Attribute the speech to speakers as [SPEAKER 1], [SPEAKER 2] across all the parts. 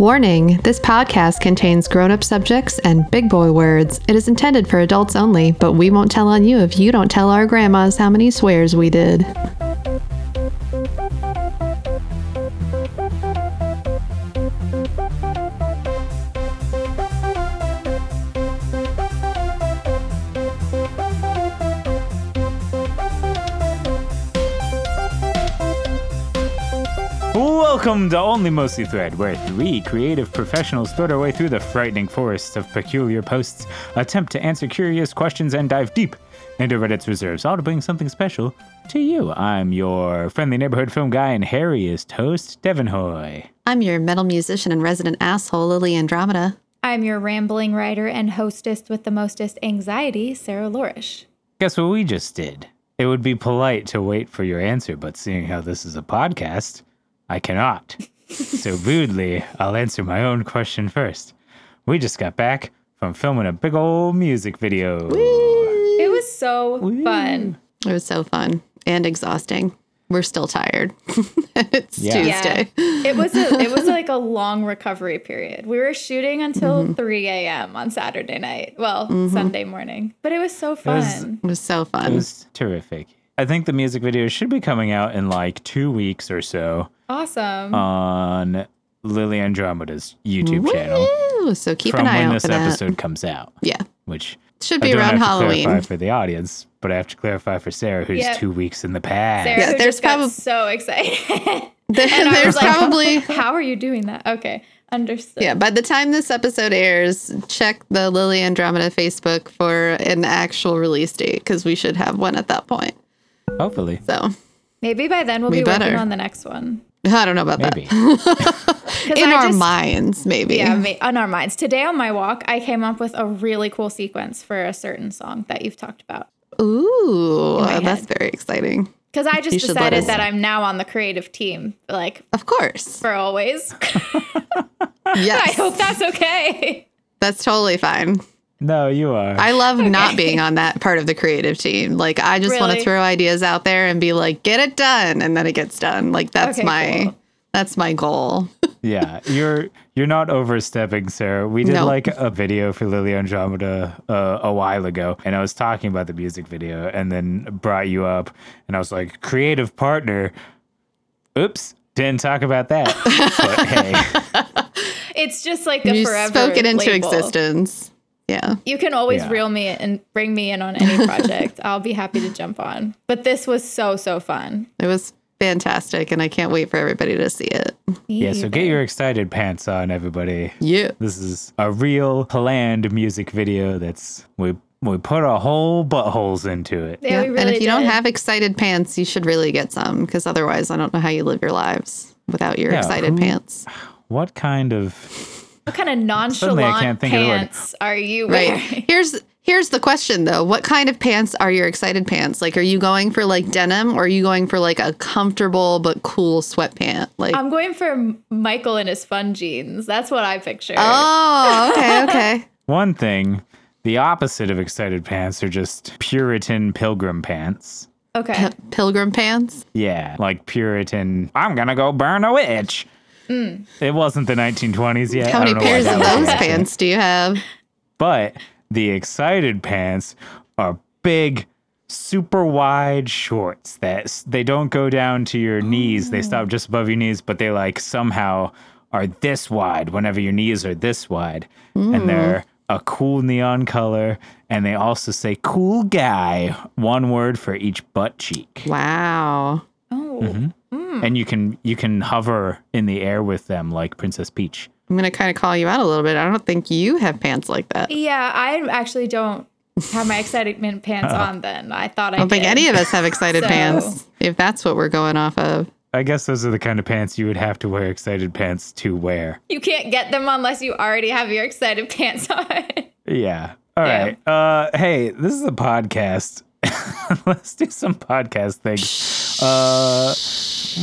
[SPEAKER 1] Warning this podcast contains grown up subjects and big boy words. It is intended for adults only, but we won't tell on you if you don't tell our grandmas how many swears we did.
[SPEAKER 2] Welcome to Only Mostly Thread, where three creative professionals thread our way through the frightening forests of peculiar posts, attempt to answer curious questions, and dive deep into Reddit's reserves, all to bring something special to you. I'm your friendly neighborhood film guy, and Harry is host Devin Hoy.
[SPEAKER 1] I'm your metal musician and resident asshole, Lily Andromeda.
[SPEAKER 3] I'm your rambling writer and hostess with the mostest anxiety, Sarah Lorish.
[SPEAKER 2] Guess what we just did? It would be polite to wait for your answer, but seeing how this is a podcast, I cannot. so rudely, I'll answer my own question first. We just got back from filming a big old music video.
[SPEAKER 3] It was so fun.
[SPEAKER 1] It was so fun and exhausting. We're still tired. it's
[SPEAKER 2] Yeah.
[SPEAKER 3] Yeah.
[SPEAKER 1] Tuesday.
[SPEAKER 3] It was a, it was like a long recovery period. We were shooting until
[SPEAKER 1] Mm-hmm.
[SPEAKER 3] 3 a.m. on Saturday night. Well, Sunday morning. But it was so
[SPEAKER 2] was-
[SPEAKER 3] fun.
[SPEAKER 1] It was so
[SPEAKER 2] It
[SPEAKER 1] fun.
[SPEAKER 2] was terrific. I think the music video should be coming out in like two weeks or so
[SPEAKER 3] awesome.
[SPEAKER 1] Oh.
[SPEAKER 2] on Lily Andromeda's YouTube channel
[SPEAKER 1] Woo! So keep
[SPEAKER 2] from
[SPEAKER 1] an eye
[SPEAKER 2] when
[SPEAKER 1] out
[SPEAKER 2] this
[SPEAKER 1] for that.
[SPEAKER 2] episode comes out,
[SPEAKER 1] Yeah.
[SPEAKER 2] which
[SPEAKER 1] Should
[SPEAKER 2] I
[SPEAKER 1] be
[SPEAKER 2] don't
[SPEAKER 1] around
[SPEAKER 2] have to
[SPEAKER 1] Halloween.
[SPEAKER 2] clarify for the audience, but I have to clarify for Sarah, who's
[SPEAKER 3] Yeah.
[SPEAKER 2] two weeks in the past.
[SPEAKER 3] Sarah
[SPEAKER 1] Yeah,
[SPEAKER 3] who
[SPEAKER 1] there's
[SPEAKER 3] just got
[SPEAKER 1] probab-
[SPEAKER 3] so excited.
[SPEAKER 1] There-
[SPEAKER 3] And I
[SPEAKER 1] there's
[SPEAKER 3] was like,
[SPEAKER 1] probably
[SPEAKER 3] How are you doing that? Okay. Understood.
[SPEAKER 1] yeah. By the time this episode airs, check the Lily Andromeda Facebook for an actual release date because we should have one at that point.
[SPEAKER 2] Hopefully,
[SPEAKER 1] So
[SPEAKER 3] Maybe by then we'll
[SPEAKER 1] We
[SPEAKER 3] be
[SPEAKER 1] better.
[SPEAKER 3] working on the next one.
[SPEAKER 1] I don't know about
[SPEAKER 2] maybe.
[SPEAKER 1] that.
[SPEAKER 3] Because
[SPEAKER 1] In our minds, maybe.
[SPEAKER 3] Yeah, ma- on our minds. Today on my walk, I came up with a really cool sequence for a certain song that you've talked about.
[SPEAKER 1] Ooh,
[SPEAKER 3] my
[SPEAKER 1] that's very exciting.
[SPEAKER 3] Because I
[SPEAKER 1] You
[SPEAKER 3] just
[SPEAKER 1] should let
[SPEAKER 3] decided
[SPEAKER 1] us-
[SPEAKER 3] that I'm now on the creative team, like
[SPEAKER 1] Of course.
[SPEAKER 3] for always. I
[SPEAKER 1] Yes.
[SPEAKER 3] hope that's okay.
[SPEAKER 1] That's totally fine.
[SPEAKER 2] no, you are.
[SPEAKER 1] I love not being on that part of the creative team. Like I just want to
[SPEAKER 3] Really?
[SPEAKER 1] throw ideas out there and be like, get it done, and then it gets done. Like that's
[SPEAKER 3] Okay,
[SPEAKER 1] my
[SPEAKER 3] cool.
[SPEAKER 1] that's my goal.
[SPEAKER 2] yeah, you're you're not overstepping, Sarah. We did
[SPEAKER 1] No.
[SPEAKER 2] like a video for Lily Andromeda uh, a while ago, and I was talking about the music video, and then brought you up, and I was like, creative partner. Oops, didn't talk about that. but hey,
[SPEAKER 3] It's just like a
[SPEAKER 1] you
[SPEAKER 3] forever.
[SPEAKER 1] spoke it into
[SPEAKER 3] label.
[SPEAKER 1] existence. Yeah.
[SPEAKER 3] You can always
[SPEAKER 2] Yeah.
[SPEAKER 3] reel me in and bring me in on any project. I'll be happy to jump on. But this was so so fun.
[SPEAKER 1] It was fantastic and I can't wait for everybody to see it.
[SPEAKER 3] Me
[SPEAKER 2] yeah. So
[SPEAKER 3] either.
[SPEAKER 2] get your excited pants on, everybody.
[SPEAKER 1] Yeah.
[SPEAKER 2] This is a real planned music video. That's we we put our whole buttholes into it.
[SPEAKER 3] Yeah, we really
[SPEAKER 1] and if you don't
[SPEAKER 3] did.
[SPEAKER 1] have excited pants, you should really get some because otherwise, I don't know how you live your lives without your
[SPEAKER 2] Yeah,
[SPEAKER 1] excited
[SPEAKER 2] who-
[SPEAKER 1] pants.
[SPEAKER 2] What kind of
[SPEAKER 3] what kind of
[SPEAKER 2] Suddenly I can't
[SPEAKER 3] nonchalant
[SPEAKER 2] think of the word.
[SPEAKER 3] pants are you
[SPEAKER 1] Right.
[SPEAKER 3] wearing?
[SPEAKER 1] Here's here's the question though. What kind of pants are your excited pants? Like are you going for like denim or are you going for like a comfortable but cool sweatpant? Like
[SPEAKER 3] I'm going for M- Michael and his fun jeans. That's what I picture.
[SPEAKER 1] Oh, okay, okay.
[SPEAKER 2] One thing, the opposite of excited pants are just Puritan pilgrim pants.
[SPEAKER 3] okay.
[SPEAKER 1] Pilgrim pants?
[SPEAKER 2] Yeah, like Puritan, I'm gonna go burn a witch. It wasn't the 1920s yet.
[SPEAKER 1] How
[SPEAKER 2] I
[SPEAKER 1] many
[SPEAKER 2] don't know why
[SPEAKER 1] pairs
[SPEAKER 2] that
[SPEAKER 1] of
[SPEAKER 2] was an
[SPEAKER 1] those
[SPEAKER 2] accident.
[SPEAKER 1] pants do you have?
[SPEAKER 2] But the excited pants are big, super wide shorts that s- they don't go down to your knees. They stop just above your knees, but they like somehow are this wide whenever your knees are this wide. And they're a cool neon color. And they also say cool guy, one word for each butt cheek.
[SPEAKER 1] Wow.
[SPEAKER 3] Oh,
[SPEAKER 1] Mm-hmm.
[SPEAKER 2] And you can you can hover in the air with them like Princess Peach.
[SPEAKER 1] I'm gonna kind of call you out a little bit. I don't think you have pants like that. I
[SPEAKER 3] yeah. I actually don't have my excitement pants on. Then I thought I,
[SPEAKER 1] Uh-huh. don't think
[SPEAKER 3] did.
[SPEAKER 1] any of us have excited
[SPEAKER 3] So-
[SPEAKER 1] pants. If that's what we're going off of,
[SPEAKER 2] I guess those are the kind of pants you would have to wear excited pants to wear.
[SPEAKER 3] You can't get them unless you already have your excited pants on.
[SPEAKER 2] Yeah. All
[SPEAKER 3] Yeah.
[SPEAKER 2] right. Uh, hey, this is a podcast. Let's do some podcast things. Uh,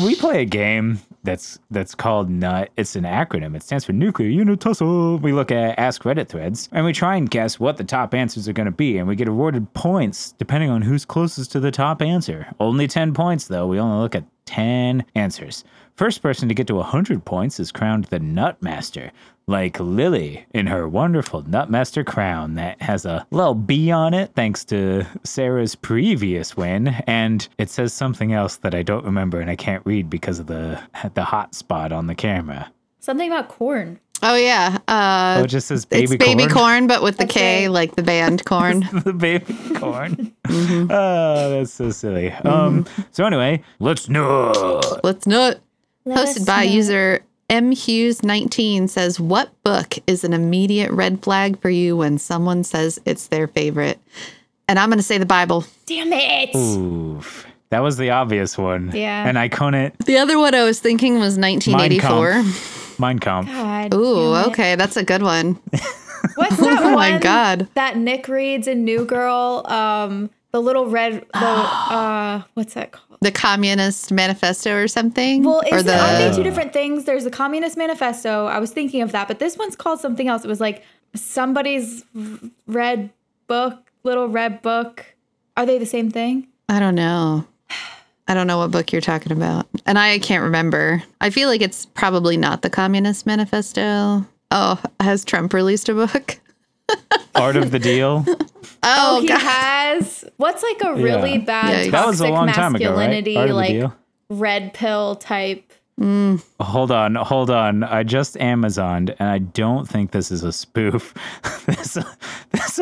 [SPEAKER 2] we play a game that's that's called NUT. It's an acronym. It stands for Nuclear Unit Tussle. We look at Ask Reddit threads and we try and guess what the top answers are going to be, and we get awarded points depending on who's closest to the top answer. Only ten points though. We only look at ten answers. First person to get to 100 points is crowned the Nut Master, like Lily in her wonderful Nut Master crown that has a little B on it, thanks to Sarah's previous win. And it says something else that I don't remember and I can't read because of the, the hot spot on the
[SPEAKER 1] Uh,
[SPEAKER 2] camera.
[SPEAKER 3] Something about corn.
[SPEAKER 1] Oh yeah. Uh,
[SPEAKER 2] Oh, it just says
[SPEAKER 1] it's
[SPEAKER 2] baby corn.
[SPEAKER 1] baby corn, but with the K,
[SPEAKER 3] Okay.
[SPEAKER 1] like the band corn.
[SPEAKER 2] the baby corn. Oh, that's so silly.
[SPEAKER 1] Mm-hmm.
[SPEAKER 2] Um, so, anyway, let's nut.
[SPEAKER 1] Let's nut.
[SPEAKER 3] Let
[SPEAKER 1] Posted
[SPEAKER 3] us
[SPEAKER 1] by
[SPEAKER 3] know.
[SPEAKER 1] user M Hughes 19 says, "What book is an immediate red flag for you when someone says it's their favorite?" And I'm going to say the Bible.
[SPEAKER 3] Damn it.
[SPEAKER 2] Oof. That was the obvious one.
[SPEAKER 3] Yeah.
[SPEAKER 2] And I couldn't.
[SPEAKER 1] The other one I was thinking was
[SPEAKER 2] Mein
[SPEAKER 1] 1984.
[SPEAKER 2] Kampf. Mein Kampf.
[SPEAKER 3] God.
[SPEAKER 1] Ooh,
[SPEAKER 3] damn it.
[SPEAKER 1] okay, that's a good one.
[SPEAKER 3] What's that
[SPEAKER 1] Oh
[SPEAKER 3] one?
[SPEAKER 1] my God.
[SPEAKER 3] That Nick reads in New Girl. Um, the little red. The uh, what's that called?
[SPEAKER 1] The Communist Manifesto or something,
[SPEAKER 3] Well,
[SPEAKER 1] or
[SPEAKER 3] it's,
[SPEAKER 1] the
[SPEAKER 3] aren't they two different things? There's the Communist Manifesto. I was thinking of that, but this one's called something else. It was like somebody's red book, little red book. Are they the same thing?
[SPEAKER 1] I don't know. I don't know what book you're talking about. And I can't remember. I feel like it's probably not the Communist Manifesto. Oh, has Trump released a book?
[SPEAKER 2] Art of the Deal.
[SPEAKER 1] Oh,
[SPEAKER 3] he
[SPEAKER 1] God.
[SPEAKER 3] has what's like a really
[SPEAKER 2] Yeah.
[SPEAKER 3] bad
[SPEAKER 1] Yikes.
[SPEAKER 2] That was a
[SPEAKER 3] toxic
[SPEAKER 2] long time ago, right?
[SPEAKER 3] masculinity,
[SPEAKER 2] Art of the
[SPEAKER 3] like
[SPEAKER 2] Deal.
[SPEAKER 3] red pill type.
[SPEAKER 2] Hold on, hold on. I just Amazoned, and I don't think this is a spoof. this, this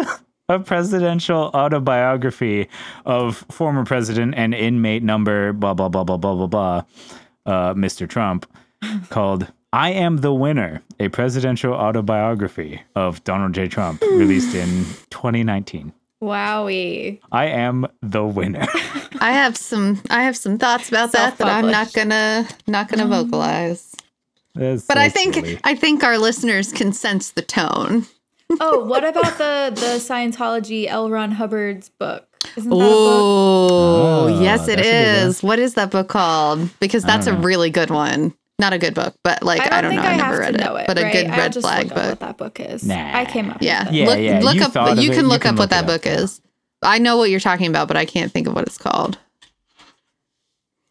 [SPEAKER 2] a presidential autobiography of former president and inmate number blah blah blah blah blah blah blah, uh, Mr. Trump, called "I Am the Winner: A Presidential Autobiography of Donald J. Trump," released in 2019.
[SPEAKER 3] Wowie.
[SPEAKER 2] I am the winner.
[SPEAKER 1] I have some I have some thoughts about that that I'm not
[SPEAKER 3] Self-published.
[SPEAKER 1] gonna
[SPEAKER 3] Mm.
[SPEAKER 1] not gonna vocalize.
[SPEAKER 2] That's
[SPEAKER 1] But
[SPEAKER 2] so
[SPEAKER 1] I think
[SPEAKER 2] silly.
[SPEAKER 1] I think our listeners can sense the tone.
[SPEAKER 3] Oh, what about the the Scientology L. Ron Hubbard's book? Isn't that a book?
[SPEAKER 1] Oh,
[SPEAKER 2] Ah,
[SPEAKER 1] yes, it
[SPEAKER 2] that's a good one.
[SPEAKER 1] is. What is that book called? Because that's a really good one. Not a good book, but like I don't, know. I never read it, but a
[SPEAKER 3] right?
[SPEAKER 1] good
[SPEAKER 3] I'll
[SPEAKER 1] red
[SPEAKER 3] just
[SPEAKER 1] flag
[SPEAKER 3] look up
[SPEAKER 1] book.
[SPEAKER 3] what that book is.
[SPEAKER 2] Nah.
[SPEAKER 3] I came up.
[SPEAKER 1] Yeah.
[SPEAKER 3] With it.
[SPEAKER 2] Yeah,
[SPEAKER 1] look
[SPEAKER 2] yeah,
[SPEAKER 1] look
[SPEAKER 2] you
[SPEAKER 1] up.
[SPEAKER 2] thought of
[SPEAKER 1] you
[SPEAKER 2] it,
[SPEAKER 1] can
[SPEAKER 2] you
[SPEAKER 1] look
[SPEAKER 2] can
[SPEAKER 1] up what
[SPEAKER 2] look it
[SPEAKER 1] that
[SPEAKER 2] up,
[SPEAKER 1] book is. I know what you're talking about, but I can't think of what it's called.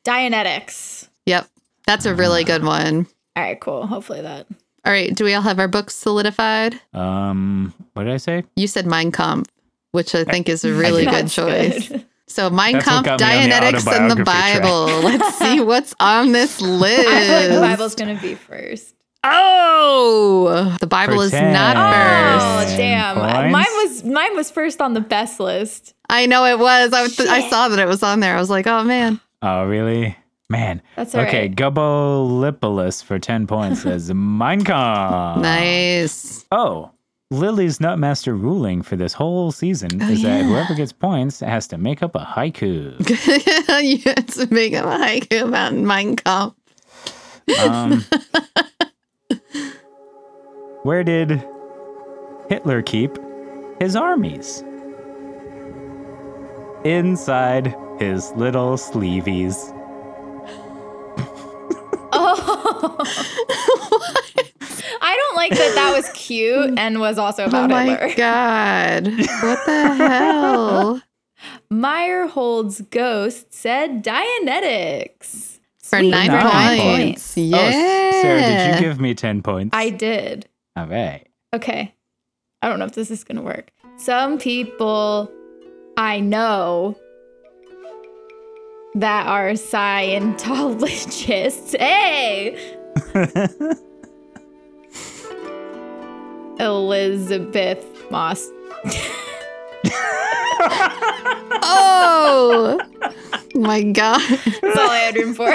[SPEAKER 3] Dianetics.
[SPEAKER 1] Yep, that's a
[SPEAKER 2] Ah.
[SPEAKER 1] really good one.
[SPEAKER 3] All right, cool. Hopefully that.
[SPEAKER 1] All right, do we all have our books solidified?
[SPEAKER 2] um, what did I say?
[SPEAKER 1] You said Mein Kampf, which I think is a really good
[SPEAKER 3] That's
[SPEAKER 1] choice.
[SPEAKER 3] good.
[SPEAKER 1] So Mein
[SPEAKER 2] That's
[SPEAKER 1] Kampf,
[SPEAKER 2] what got me on the
[SPEAKER 1] Dianetics, and the
[SPEAKER 2] autobiography track.
[SPEAKER 1] Bible. Let's see what's on this
[SPEAKER 3] I feel like the
[SPEAKER 1] list.
[SPEAKER 3] Bible's gonna be first.
[SPEAKER 1] Oh, the Bible
[SPEAKER 2] For
[SPEAKER 1] is
[SPEAKER 2] 10
[SPEAKER 1] not
[SPEAKER 3] Oh
[SPEAKER 1] first.
[SPEAKER 2] Ten
[SPEAKER 3] damn!
[SPEAKER 2] points.
[SPEAKER 3] Mine was mine was first on the best list.
[SPEAKER 1] I know it was. I, was- I saw that it was on there. I was like, oh man.
[SPEAKER 2] Oh, really? Man.
[SPEAKER 3] That's all
[SPEAKER 2] okay,
[SPEAKER 3] right.
[SPEAKER 2] Gubolipolis for 10 points says Mein Kampf.
[SPEAKER 1] Nice.
[SPEAKER 2] Oh, Lily's Nutmaster ruling for this whole
[SPEAKER 3] Oh,
[SPEAKER 2] season is that whoever gets points has to make up a haiku.
[SPEAKER 1] you had to make up a haiku about Oh Mein Kampf.
[SPEAKER 2] Um, where did Hitler keep his armies? Inside his little sleeveys.
[SPEAKER 3] I don't like that. That was cute and was also
[SPEAKER 1] Oh
[SPEAKER 3] about
[SPEAKER 1] my
[SPEAKER 3] Hitler.
[SPEAKER 1] god. What the hell?
[SPEAKER 3] Meyer holds ghost said Dianetics.
[SPEAKER 1] For
[SPEAKER 3] Sweet.
[SPEAKER 1] nine,
[SPEAKER 2] Nine
[SPEAKER 1] points.
[SPEAKER 3] points.
[SPEAKER 1] Yeah.
[SPEAKER 2] Oh, Sarah, did you give me 10 points?
[SPEAKER 3] I did.
[SPEAKER 2] All right.
[SPEAKER 3] Okay. I don't know if this is going to work. Some people I know that are Scientologists. Hey! Elizabeth Moss.
[SPEAKER 1] Oh my god.
[SPEAKER 3] That's all I had room for.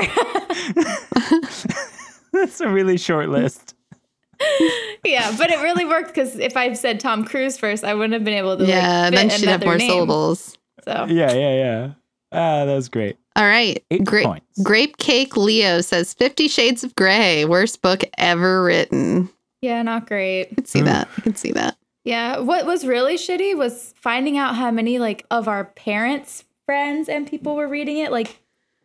[SPEAKER 2] That's a really short list.
[SPEAKER 3] yeah, but it really worked because if I said Tom Cruise first, I wouldn't have been able to. like,
[SPEAKER 1] Yeah,
[SPEAKER 3] fit
[SPEAKER 1] then she'd have
[SPEAKER 3] another
[SPEAKER 1] more
[SPEAKER 3] name.
[SPEAKER 1] syllables.
[SPEAKER 3] So
[SPEAKER 2] Yeah, yeah, yeah. Ah, that was great.
[SPEAKER 1] All right.
[SPEAKER 2] Eight
[SPEAKER 1] Grape,
[SPEAKER 2] points.
[SPEAKER 1] Grape Cake Leo says 50 Shades of Grey, worst book ever written.
[SPEAKER 3] yeah, not great.
[SPEAKER 1] I could see
[SPEAKER 2] Ooh.
[SPEAKER 1] that. I could see that.
[SPEAKER 3] Yeah. What was really shitty was finding out how many like of our parents, friends, and people were reading it. Like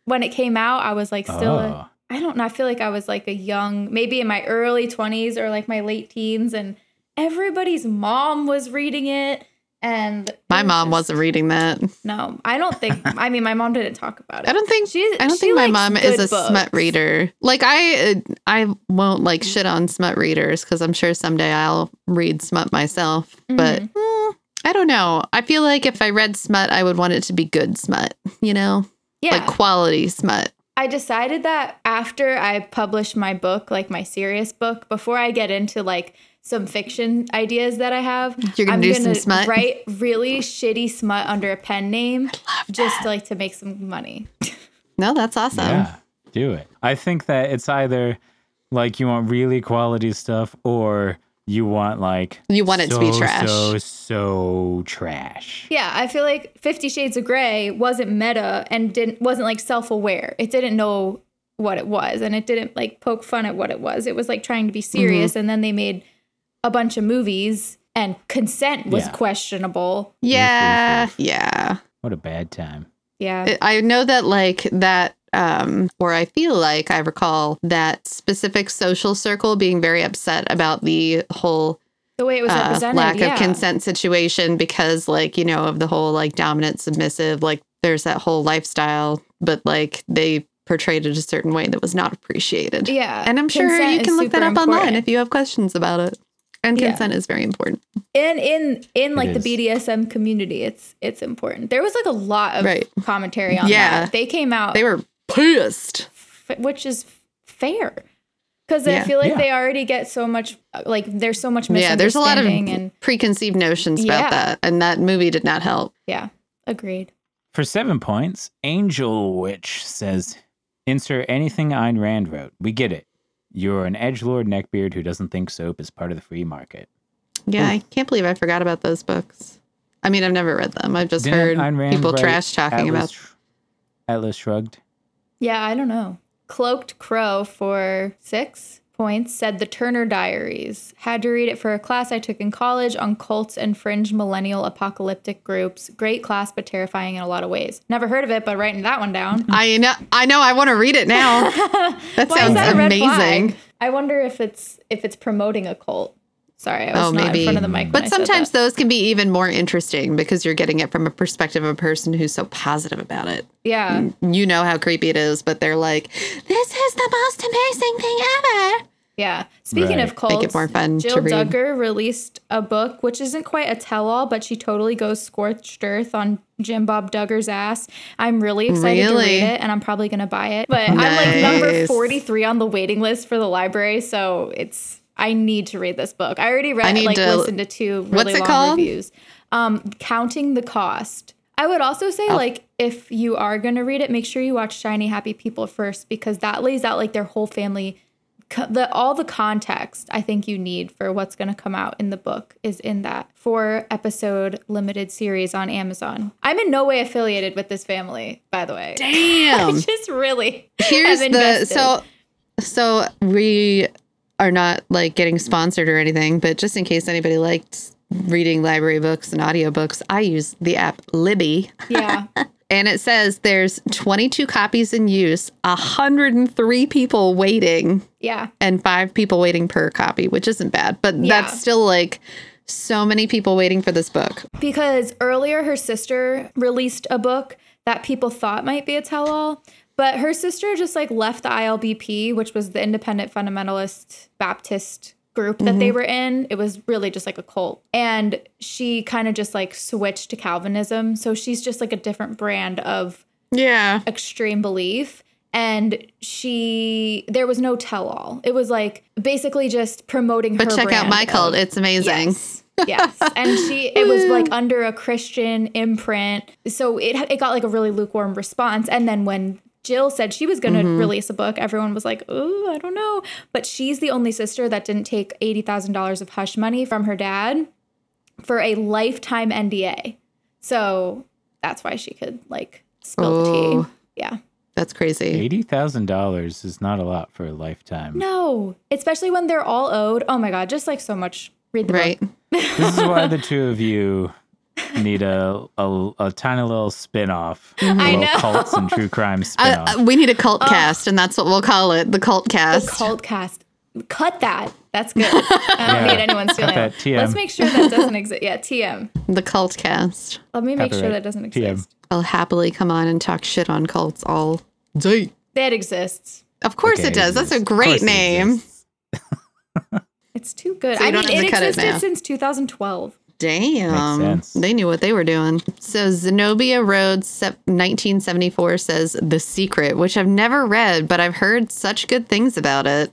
[SPEAKER 3] when it came out, I was like still a-
[SPEAKER 2] Oh.
[SPEAKER 3] I I don't know. I feel like I was like a young, maybe in my early 20s or like my late teens, and everybody's mom was reading it. And it
[SPEAKER 1] My
[SPEAKER 3] was
[SPEAKER 1] mom
[SPEAKER 3] just-
[SPEAKER 1] wasn't reading that.
[SPEAKER 3] No, I don't think. I mean, my mom didn't talk about it.
[SPEAKER 1] I don't think
[SPEAKER 3] She-
[SPEAKER 1] I don't
[SPEAKER 3] she
[SPEAKER 1] think my
[SPEAKER 3] likes
[SPEAKER 1] mom is
[SPEAKER 3] good
[SPEAKER 1] a smut
[SPEAKER 3] books.
[SPEAKER 1] reader. Like I, uh, I won't like shit on smut readers because I'm sure someday I'll read smut myself. But
[SPEAKER 3] Mm-hmm.
[SPEAKER 1] mm, I don't know. I feel like if I read smut, I would want it to be good smut. You know,
[SPEAKER 3] Yeah.
[SPEAKER 1] like quality smut.
[SPEAKER 3] I decided that after I publish my book, like my serious book, before I get into like some fiction ideas that I have,
[SPEAKER 1] You're gonna
[SPEAKER 3] I'm
[SPEAKER 1] do some smut?
[SPEAKER 3] write really shitty smut under a pen name, just like to make some money.
[SPEAKER 1] No, that's awesome.
[SPEAKER 2] Yeah, do it. I think that it's either like you want really quality stuff or you want like
[SPEAKER 1] You want it to be
[SPEAKER 2] so,
[SPEAKER 1] trash.
[SPEAKER 2] So so trash.
[SPEAKER 3] Yeah, I feel like Fifty Shades of Grey wasn't meta and didn't wasn't like self aware. It didn't know what it was and it didn't like poke fun at what it was. It was like trying to be
[SPEAKER 1] Mm-hmm.
[SPEAKER 3] serious and then they made a bunch of movies and consent was
[SPEAKER 2] Yeah.
[SPEAKER 3] questionable.
[SPEAKER 1] Yeah, yeah.
[SPEAKER 2] What a bad time.
[SPEAKER 3] Yeah.
[SPEAKER 1] I- I know that like that um or I feel like I recall that specific social circle being very upset about the whole
[SPEAKER 3] the way it was
[SPEAKER 1] uh,
[SPEAKER 3] represented.
[SPEAKER 1] lack
[SPEAKER 3] yeah.
[SPEAKER 1] of consent situation because like you know of the whole like dominant submissive like there's that whole lifestyle but like they portrayed it a certain way that was not appreciated.
[SPEAKER 3] Yeah.
[SPEAKER 1] And I'm sure
[SPEAKER 3] consent
[SPEAKER 1] you
[SPEAKER 3] is
[SPEAKER 1] can look that
[SPEAKER 3] super
[SPEAKER 1] up online
[SPEAKER 3] important.
[SPEAKER 1] if you have questions about it. And
[SPEAKER 3] Yeah.
[SPEAKER 1] consent is very important.
[SPEAKER 3] and in in like
[SPEAKER 2] It
[SPEAKER 3] the
[SPEAKER 2] is.
[SPEAKER 3] BDSM community, it's it's important. There was like a lot of uh,
[SPEAKER 1] Right.
[SPEAKER 3] commentary on
[SPEAKER 1] Yeah.
[SPEAKER 3] that. They came out
[SPEAKER 1] They were pissed.
[SPEAKER 3] f- which is fair because
[SPEAKER 1] Yeah.
[SPEAKER 3] I feel like
[SPEAKER 2] Yeah.
[SPEAKER 3] they already get so much uh, like there's so much
[SPEAKER 1] Yeah, there's a lot of
[SPEAKER 3] misunderstanding and
[SPEAKER 1] preconceived notions
[SPEAKER 3] Yeah.
[SPEAKER 1] about that and that movie did not help.
[SPEAKER 3] yeah, agreed.
[SPEAKER 2] For seven points, Angel Witch says, insert anything Ayn Rand wrote. We get it. You're an edgelord neckbeard who doesn't think soap is part of the free market.
[SPEAKER 1] Yeah,
[SPEAKER 2] Mm.
[SPEAKER 1] I can't believe I forgot about those books. I mean, I've never read them. I've just
[SPEAKER 2] Didn't Ayn
[SPEAKER 1] heard
[SPEAKER 2] Rand
[SPEAKER 1] people
[SPEAKER 2] write
[SPEAKER 1] trash talking
[SPEAKER 2] Atlas,
[SPEAKER 1] about.
[SPEAKER 2] Sh- Atlas Shrugged.
[SPEAKER 3] Yeah, I don't know. Cloaked Crow for six points said the Turner Diaries. Had to read it for a class I took in college on cults and fringe millennial apocalyptic groups. Great class, but terrifying in a lot of ways. Never heard of it, but writing that one down.
[SPEAKER 1] I know. I know. I want to read it now. That
[SPEAKER 3] Why
[SPEAKER 1] sounds
[SPEAKER 3] is that a red
[SPEAKER 1] amazing.
[SPEAKER 3] flag? I wonder if it's if it's promoting a cult. Sorry, I was
[SPEAKER 1] Oh,
[SPEAKER 3] not
[SPEAKER 1] maybe.
[SPEAKER 3] in front of the mic. when
[SPEAKER 1] But
[SPEAKER 3] I said
[SPEAKER 1] sometimes
[SPEAKER 3] that.
[SPEAKER 1] those can be even more interesting because you're getting it from a perspective of a person who's so positive about it.
[SPEAKER 3] yeah,
[SPEAKER 1] You know how creepy it is, but they're like, "This is the most amazing thing ever."
[SPEAKER 3] Yeah. Speaking
[SPEAKER 2] Right.
[SPEAKER 3] of cults,
[SPEAKER 1] Make it more fun to
[SPEAKER 3] Jill
[SPEAKER 1] read.
[SPEAKER 3] Duggar released a book, which isn't quite a tell-all, but she totally goes scorched earth on Jim Bob Duggar's ass. I'm really excited to
[SPEAKER 1] Really?
[SPEAKER 3] read it, and I'm probably gonna buy it. But I'm like
[SPEAKER 1] Nice.
[SPEAKER 3] number 43 on the waiting list for the library, so it's I need to read this book. I already read,
[SPEAKER 1] need
[SPEAKER 3] like,
[SPEAKER 1] to-
[SPEAKER 3] listened to two really
[SPEAKER 1] what's it
[SPEAKER 3] long
[SPEAKER 1] called?
[SPEAKER 3] reviews. Um, counting the cost. I would also say,
[SPEAKER 1] Oh.
[SPEAKER 3] like, if you are gonna read it, make sure you watch Shiny Happy People first because that lays out like their whole family co- the all the context I think you need for what's going to come out in the book is in that four episode limited series on Amazon. I'm in no way affiliated with this family, by the way. I
[SPEAKER 1] Damn.
[SPEAKER 3] just really
[SPEAKER 1] Here's
[SPEAKER 3] have
[SPEAKER 1] the
[SPEAKER 3] invested.
[SPEAKER 1] so so we are not like getting sponsored or anything, but just in case anybody liked reading library books and audiobooks, I use the app Libby.
[SPEAKER 3] yeah.
[SPEAKER 1] And it says there's 22 copies in use, 103 people waiting,
[SPEAKER 3] Yeah.
[SPEAKER 1] and five people waiting per copy, which isn't bad. But
[SPEAKER 3] Yeah.
[SPEAKER 1] that's still like so many people waiting for this book.
[SPEAKER 3] Because earlier her sister released a book that people thought might be a tell all, but her sister just like left the ILBP, which was the independent fundamentalist Baptist group that
[SPEAKER 1] Mm-hmm.
[SPEAKER 3] they were in. It was really just like a cult. And she kind of just like switched to Calvinism. So she's just like a different brand of
[SPEAKER 1] Yeah.
[SPEAKER 3] extreme belief and she there was no tell all it was like basically just promoting
[SPEAKER 1] But
[SPEAKER 3] her
[SPEAKER 1] check out
[SPEAKER 3] brand
[SPEAKER 1] my
[SPEAKER 3] of-
[SPEAKER 1] cult. It's amazing.
[SPEAKER 3] Yes. yes. And she it was like under a Christian imprint. So it it got like a really lukewarm response and then when Jill said she was going to release a book, everyone was like, "Oh, I don't know." But she's the only sister that didn't take $80,000 of hush money from her dad for a lifetime NDA. So that's why she could like spill the
[SPEAKER 1] Oh.
[SPEAKER 3] tea. Yeah.
[SPEAKER 1] That's crazy.
[SPEAKER 2] Eighty thousand dollars is not a lot for a lifetime.
[SPEAKER 3] No, especially when they're all owed. Oh my god, just like so much read the book.
[SPEAKER 1] Right.
[SPEAKER 2] This is why the two of you need a a, a tiny little spin-off. A
[SPEAKER 3] I
[SPEAKER 2] little
[SPEAKER 3] know.
[SPEAKER 2] cults and true crime spin-off.
[SPEAKER 1] Uh, uh, we need a cult cast, and that's what we'll call it the cult cast.
[SPEAKER 3] Cult cast. Cut that. That's good. I don't
[SPEAKER 2] Yeah.
[SPEAKER 3] need anyone stealing
[SPEAKER 2] that,
[SPEAKER 3] it.
[SPEAKER 2] TM.
[SPEAKER 3] Let's make sure that doesn't exist. Yeah, TM.
[SPEAKER 1] the cult cast.
[SPEAKER 3] Let me make sure
[SPEAKER 2] Copyright.
[SPEAKER 3] that doesn't
[SPEAKER 2] TM.
[SPEAKER 3] exist.
[SPEAKER 1] I'll happily come on and talk shit on cults all day.
[SPEAKER 3] That exists.
[SPEAKER 1] Of course
[SPEAKER 2] Okay,
[SPEAKER 1] it does. That's a
[SPEAKER 2] exists. Of
[SPEAKER 1] great
[SPEAKER 2] course it
[SPEAKER 1] name.
[SPEAKER 2] exists.
[SPEAKER 3] It's too good.
[SPEAKER 1] So you
[SPEAKER 3] I
[SPEAKER 1] don't
[SPEAKER 3] mean,
[SPEAKER 1] have
[SPEAKER 3] it
[SPEAKER 1] to cut it
[SPEAKER 3] existed
[SPEAKER 1] now.
[SPEAKER 3] since 2012.
[SPEAKER 1] Damn.
[SPEAKER 2] Makes sense.
[SPEAKER 1] They knew what they were doing. So Zenobia Rhodes se- 1974 says The Secret, which I've never read, but I've heard such good things about it.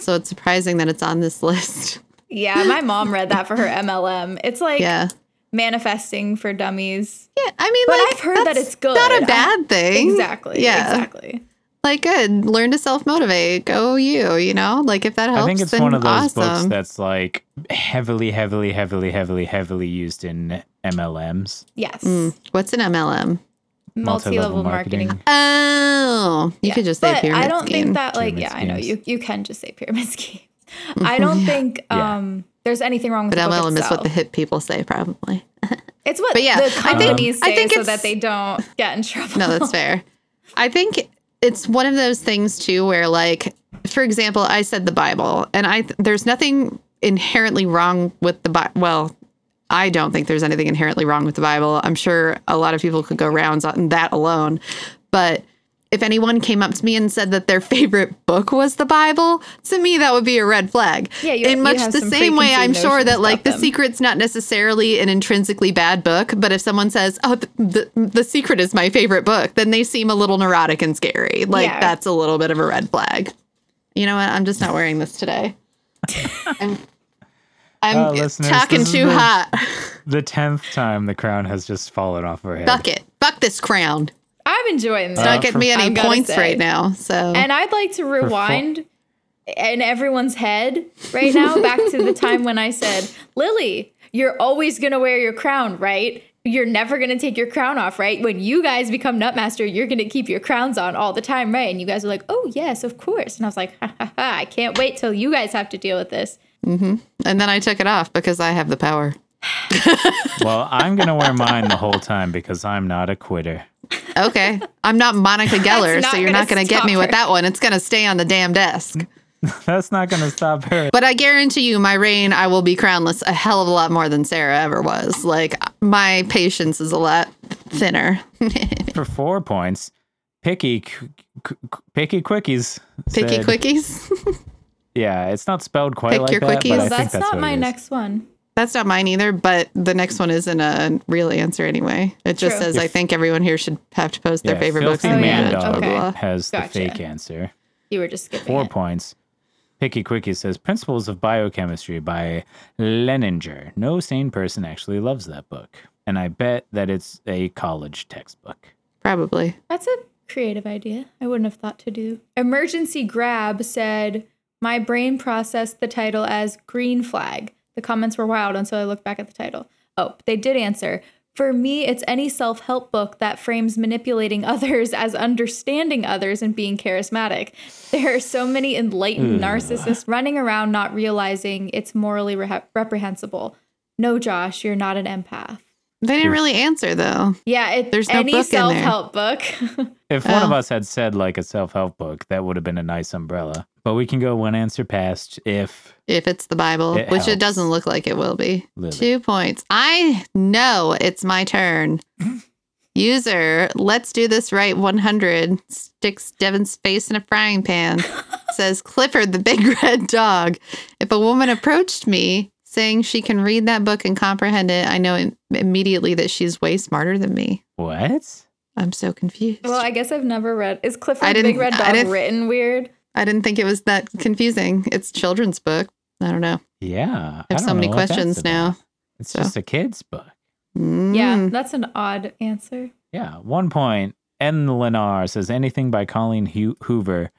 [SPEAKER 1] So it's surprising that it's on this list.
[SPEAKER 3] Yeah, my mom read that for her MLM. It's like
[SPEAKER 1] Yeah.
[SPEAKER 3] manifesting for dummies.
[SPEAKER 1] Yeah, I mean,
[SPEAKER 3] But
[SPEAKER 1] like,
[SPEAKER 3] I've heard that
[SPEAKER 1] that's
[SPEAKER 3] it's good.
[SPEAKER 1] Not a
[SPEAKER 3] I'm-
[SPEAKER 1] bad thing.
[SPEAKER 3] Exactly.
[SPEAKER 1] Yeah.
[SPEAKER 3] Exactly.
[SPEAKER 1] Like, good. Learn to self motivate. Go you. You know, like if that helps.
[SPEAKER 2] I think it's
[SPEAKER 1] then
[SPEAKER 2] one of those books
[SPEAKER 1] awesome.
[SPEAKER 2] that's like heavily, heavily, heavily, heavily, heavily used in MLMs.
[SPEAKER 3] Yes.
[SPEAKER 1] Hmm. What's an MLM?
[SPEAKER 3] Multi-level marketing.
[SPEAKER 1] Oh, you
[SPEAKER 3] Yeah.
[SPEAKER 1] could just say
[SPEAKER 3] but
[SPEAKER 1] pyramid
[SPEAKER 3] I don't
[SPEAKER 1] scheme.
[SPEAKER 3] think that like
[SPEAKER 2] Pyramid
[SPEAKER 3] yeah, I know
[SPEAKER 2] schemes.
[SPEAKER 3] you you can just say pyramid scheme. I don't think
[SPEAKER 2] Yeah.
[SPEAKER 3] um there's anything wrong with
[SPEAKER 1] Mm-hmm. But
[SPEAKER 3] the book
[SPEAKER 1] MLM is what
[SPEAKER 3] itself.
[SPEAKER 1] the hip people say, probably.
[SPEAKER 3] It's what
[SPEAKER 1] But yeah, I
[SPEAKER 3] the
[SPEAKER 1] think-
[SPEAKER 3] companies
[SPEAKER 1] I
[SPEAKER 3] say
[SPEAKER 1] think
[SPEAKER 3] so
[SPEAKER 1] it's-
[SPEAKER 3] that they don't get in trouble.
[SPEAKER 1] No, that's fair. I think it's one of those things too, where like, for example, I said the Bible, and I there's nothing inherently wrong with the Bible. Well, I don't think there's anything inherently wrong with the Bible. I'm sure a lot of people could go rounds on that alone, but. If anyone came up to me and said that their favorite book was the Bible, to me that would be a red flag.
[SPEAKER 3] Yeah, you-
[SPEAKER 1] in
[SPEAKER 3] you
[SPEAKER 1] much
[SPEAKER 3] have
[SPEAKER 1] the
[SPEAKER 3] some
[SPEAKER 1] same way, I'm
[SPEAKER 3] preconceived
[SPEAKER 1] sure
[SPEAKER 3] notions
[SPEAKER 1] that like
[SPEAKER 3] about
[SPEAKER 1] the
[SPEAKER 3] them.
[SPEAKER 1] secret secret's not necessarily an intrinsically bad book, but if someone says, "Oh, th- the the secret is my favorite book," then they seem a little neurotic and scary. Like
[SPEAKER 3] Yeah.
[SPEAKER 1] that's a little bit of a red flag. You know what? I'm just not wearing this today. I'm, I'm
[SPEAKER 2] Oh, listeners,
[SPEAKER 1] talking
[SPEAKER 2] this is
[SPEAKER 1] too
[SPEAKER 2] the-
[SPEAKER 1] hot.
[SPEAKER 2] The tenth time the crown has just fallen off her head.
[SPEAKER 1] Buck it. Buck this crown.
[SPEAKER 3] I'm enjoying this.
[SPEAKER 2] Uh,
[SPEAKER 1] Not getting me
[SPEAKER 3] I'm
[SPEAKER 1] any
[SPEAKER 3] gonna
[SPEAKER 1] points
[SPEAKER 3] say.
[SPEAKER 1] right now. So
[SPEAKER 3] and I'd like to rewind in everyone's head right now back to the time when I said, Lily, you're always going to wear your crown, right? You're never going to take your crown off, right? When you guys become Nutmaster, you're going to keep your crowns on all the time, right? And you guys were like, oh, yes, of course. And I was like, ha ha ha, I can't wait till you guys have to deal with this.
[SPEAKER 1] and then I took it off because I have the power.
[SPEAKER 2] Well, I'm gonna wear mine the whole time because I'm not a quitter.
[SPEAKER 1] Okay, I'm not Monica Geller,
[SPEAKER 3] not
[SPEAKER 1] so you're
[SPEAKER 3] gonna
[SPEAKER 1] not going to get
[SPEAKER 3] stop
[SPEAKER 1] me with
[SPEAKER 3] her.
[SPEAKER 1] that one. It's going to stay on the damn desk.
[SPEAKER 2] That's not gonna stop her.
[SPEAKER 1] But I guarantee you, my reign, I will be crownless a hell of a lot more than Sarah ever was. Like, my patience is a lot thinner.
[SPEAKER 2] For four points, picky, Qu- Qu- Qu- picky quickies.
[SPEAKER 1] Picky
[SPEAKER 2] said-
[SPEAKER 1] quickies.
[SPEAKER 2] Yeah, it's not spelled quite
[SPEAKER 1] Pick
[SPEAKER 2] like
[SPEAKER 1] your
[SPEAKER 2] that.
[SPEAKER 1] quickies.
[SPEAKER 2] But I
[SPEAKER 1] Well,
[SPEAKER 3] Well,
[SPEAKER 2] think
[SPEAKER 3] that's,
[SPEAKER 2] that's,
[SPEAKER 3] not
[SPEAKER 2] what
[SPEAKER 3] my
[SPEAKER 2] it is.
[SPEAKER 3] next one.
[SPEAKER 1] That's not mine either, but the next one isn't a real answer anyway. It just
[SPEAKER 3] True.
[SPEAKER 1] says, I think everyone here should have to post their
[SPEAKER 2] Yeah,
[SPEAKER 1] favorite books.
[SPEAKER 2] filthy
[SPEAKER 1] in the
[SPEAKER 2] man
[SPEAKER 1] internet,
[SPEAKER 2] dog
[SPEAKER 1] blah, blah,
[SPEAKER 3] Okay.
[SPEAKER 1] blah.
[SPEAKER 2] has
[SPEAKER 3] Gotcha.
[SPEAKER 2] the fake answer.
[SPEAKER 3] You were just skipping.
[SPEAKER 2] four
[SPEAKER 3] it.
[SPEAKER 2] points. Picky Quickie says Principles of Biochemistry by Leninger. No sane person actually loves that book. And I bet that it's a college textbook.
[SPEAKER 1] Probably.
[SPEAKER 3] That's a creative idea. I wouldn't have thought to do. Emergency Grab said, My brain processed the title as green flag. The comments were wild until I looked back at the title. Oh, they did answer. For me, it's any self help book that frames manipulating others as understanding others and being charismatic. There are so many
[SPEAKER 1] Hmm.
[SPEAKER 3] enlightened narcissists running around not realizing it's morally re- reprehensible. No, Josh, you're not an empath.
[SPEAKER 1] They didn't really answer, though.
[SPEAKER 3] Yeah, it,
[SPEAKER 1] There's no
[SPEAKER 3] any
[SPEAKER 1] book in there.
[SPEAKER 3] self help book.
[SPEAKER 2] If one of
[SPEAKER 1] Oh.
[SPEAKER 2] us had said like a self help book, that would have been a nice umbrella. But we can go one answer past if
[SPEAKER 1] If it's the Bible,
[SPEAKER 2] It
[SPEAKER 1] which it
[SPEAKER 2] helps.
[SPEAKER 1] doesn't look like it will be.
[SPEAKER 2] Lily.
[SPEAKER 1] Two points. I know it's my turn. User, let's do this right 100 sticks Devin's face in a frying pan. says Clifford the big red dog. If a woman approached me saying she can read that book and comprehend it, I know im- immediately that she's way smarter than me.
[SPEAKER 2] what?
[SPEAKER 1] I'm so confused.
[SPEAKER 3] Well, I guess I've never read. Is
[SPEAKER 1] I
[SPEAKER 3] Clifford the
[SPEAKER 1] didn't-
[SPEAKER 3] Big Red
[SPEAKER 1] I
[SPEAKER 3] Dog
[SPEAKER 1] didn't-
[SPEAKER 3] written weird?
[SPEAKER 1] I didn't think it was that confusing. It's a children's book. I don't know.
[SPEAKER 2] Yeah.
[SPEAKER 1] I have
[SPEAKER 2] don't
[SPEAKER 1] so
[SPEAKER 2] know
[SPEAKER 1] many
[SPEAKER 2] what that's
[SPEAKER 1] questions now.
[SPEAKER 2] about. It's
[SPEAKER 1] so.
[SPEAKER 2] just a kid's book.
[SPEAKER 3] Yeah,
[SPEAKER 1] Mm.
[SPEAKER 3] that's an odd answer.
[SPEAKER 2] Yeah, one point. N. Lenar says anything by Colleen Hu- Hoover.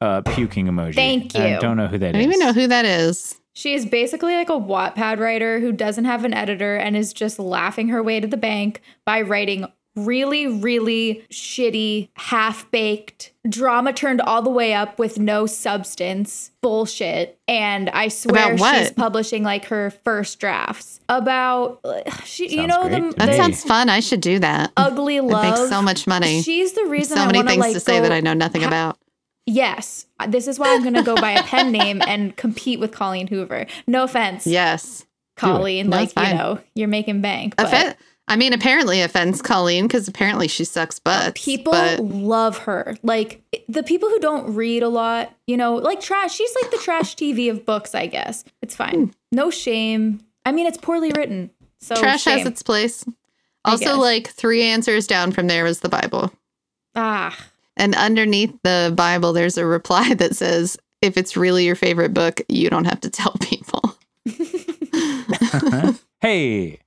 [SPEAKER 2] Uh, puking emoji.
[SPEAKER 3] Thank
[SPEAKER 2] I
[SPEAKER 3] you.
[SPEAKER 2] don't know who that
[SPEAKER 1] I
[SPEAKER 2] is.
[SPEAKER 1] don't even know who that is.
[SPEAKER 3] She is basically like a Wattpad writer who doesn't have an editor and is just laughing her way to the bank by writing really, really shitty, half baked drama turned all the way up with no substance bullshit. And I swear
[SPEAKER 1] About what?
[SPEAKER 3] she's publishing like her first drafts about she,
[SPEAKER 2] Sounds
[SPEAKER 3] you know,
[SPEAKER 2] great
[SPEAKER 3] the,
[SPEAKER 2] to
[SPEAKER 1] That
[SPEAKER 2] Hey. me.
[SPEAKER 3] the
[SPEAKER 1] sounds fun. I should do that.
[SPEAKER 3] ugly
[SPEAKER 1] It
[SPEAKER 3] love.
[SPEAKER 1] makes so much money.
[SPEAKER 3] She's the reason
[SPEAKER 1] so
[SPEAKER 3] I
[SPEAKER 1] many
[SPEAKER 3] want
[SPEAKER 1] things
[SPEAKER 3] like,
[SPEAKER 1] to say
[SPEAKER 3] go-
[SPEAKER 1] that I know nothing about.
[SPEAKER 3] Yes, this is why I'm gonna go buy a pen name and compete with Colleen Hoover. No offense,
[SPEAKER 1] Yes.
[SPEAKER 3] Colleen.
[SPEAKER 1] No,
[SPEAKER 3] like
[SPEAKER 1] it's
[SPEAKER 3] you
[SPEAKER 1] fine.
[SPEAKER 3] know, you're making bank. But
[SPEAKER 1] Offe- I mean, apparently offends Colleen because apparently she sucks butt.
[SPEAKER 3] people love her. Like the people who don't read a lot, you know, like trash. She's like the trash TV of books. I guess it's
[SPEAKER 1] Hmm.
[SPEAKER 3] fine. No shame. I mean, it's poorly written. So
[SPEAKER 1] trash
[SPEAKER 3] shame.
[SPEAKER 1] has its place. Also,
[SPEAKER 3] guess.
[SPEAKER 1] like three answers down from there was the Bible.
[SPEAKER 3] ah.
[SPEAKER 1] And underneath the Bible, there's a reply that says, if it's really your favorite book, you don't have to tell people.
[SPEAKER 2] hey,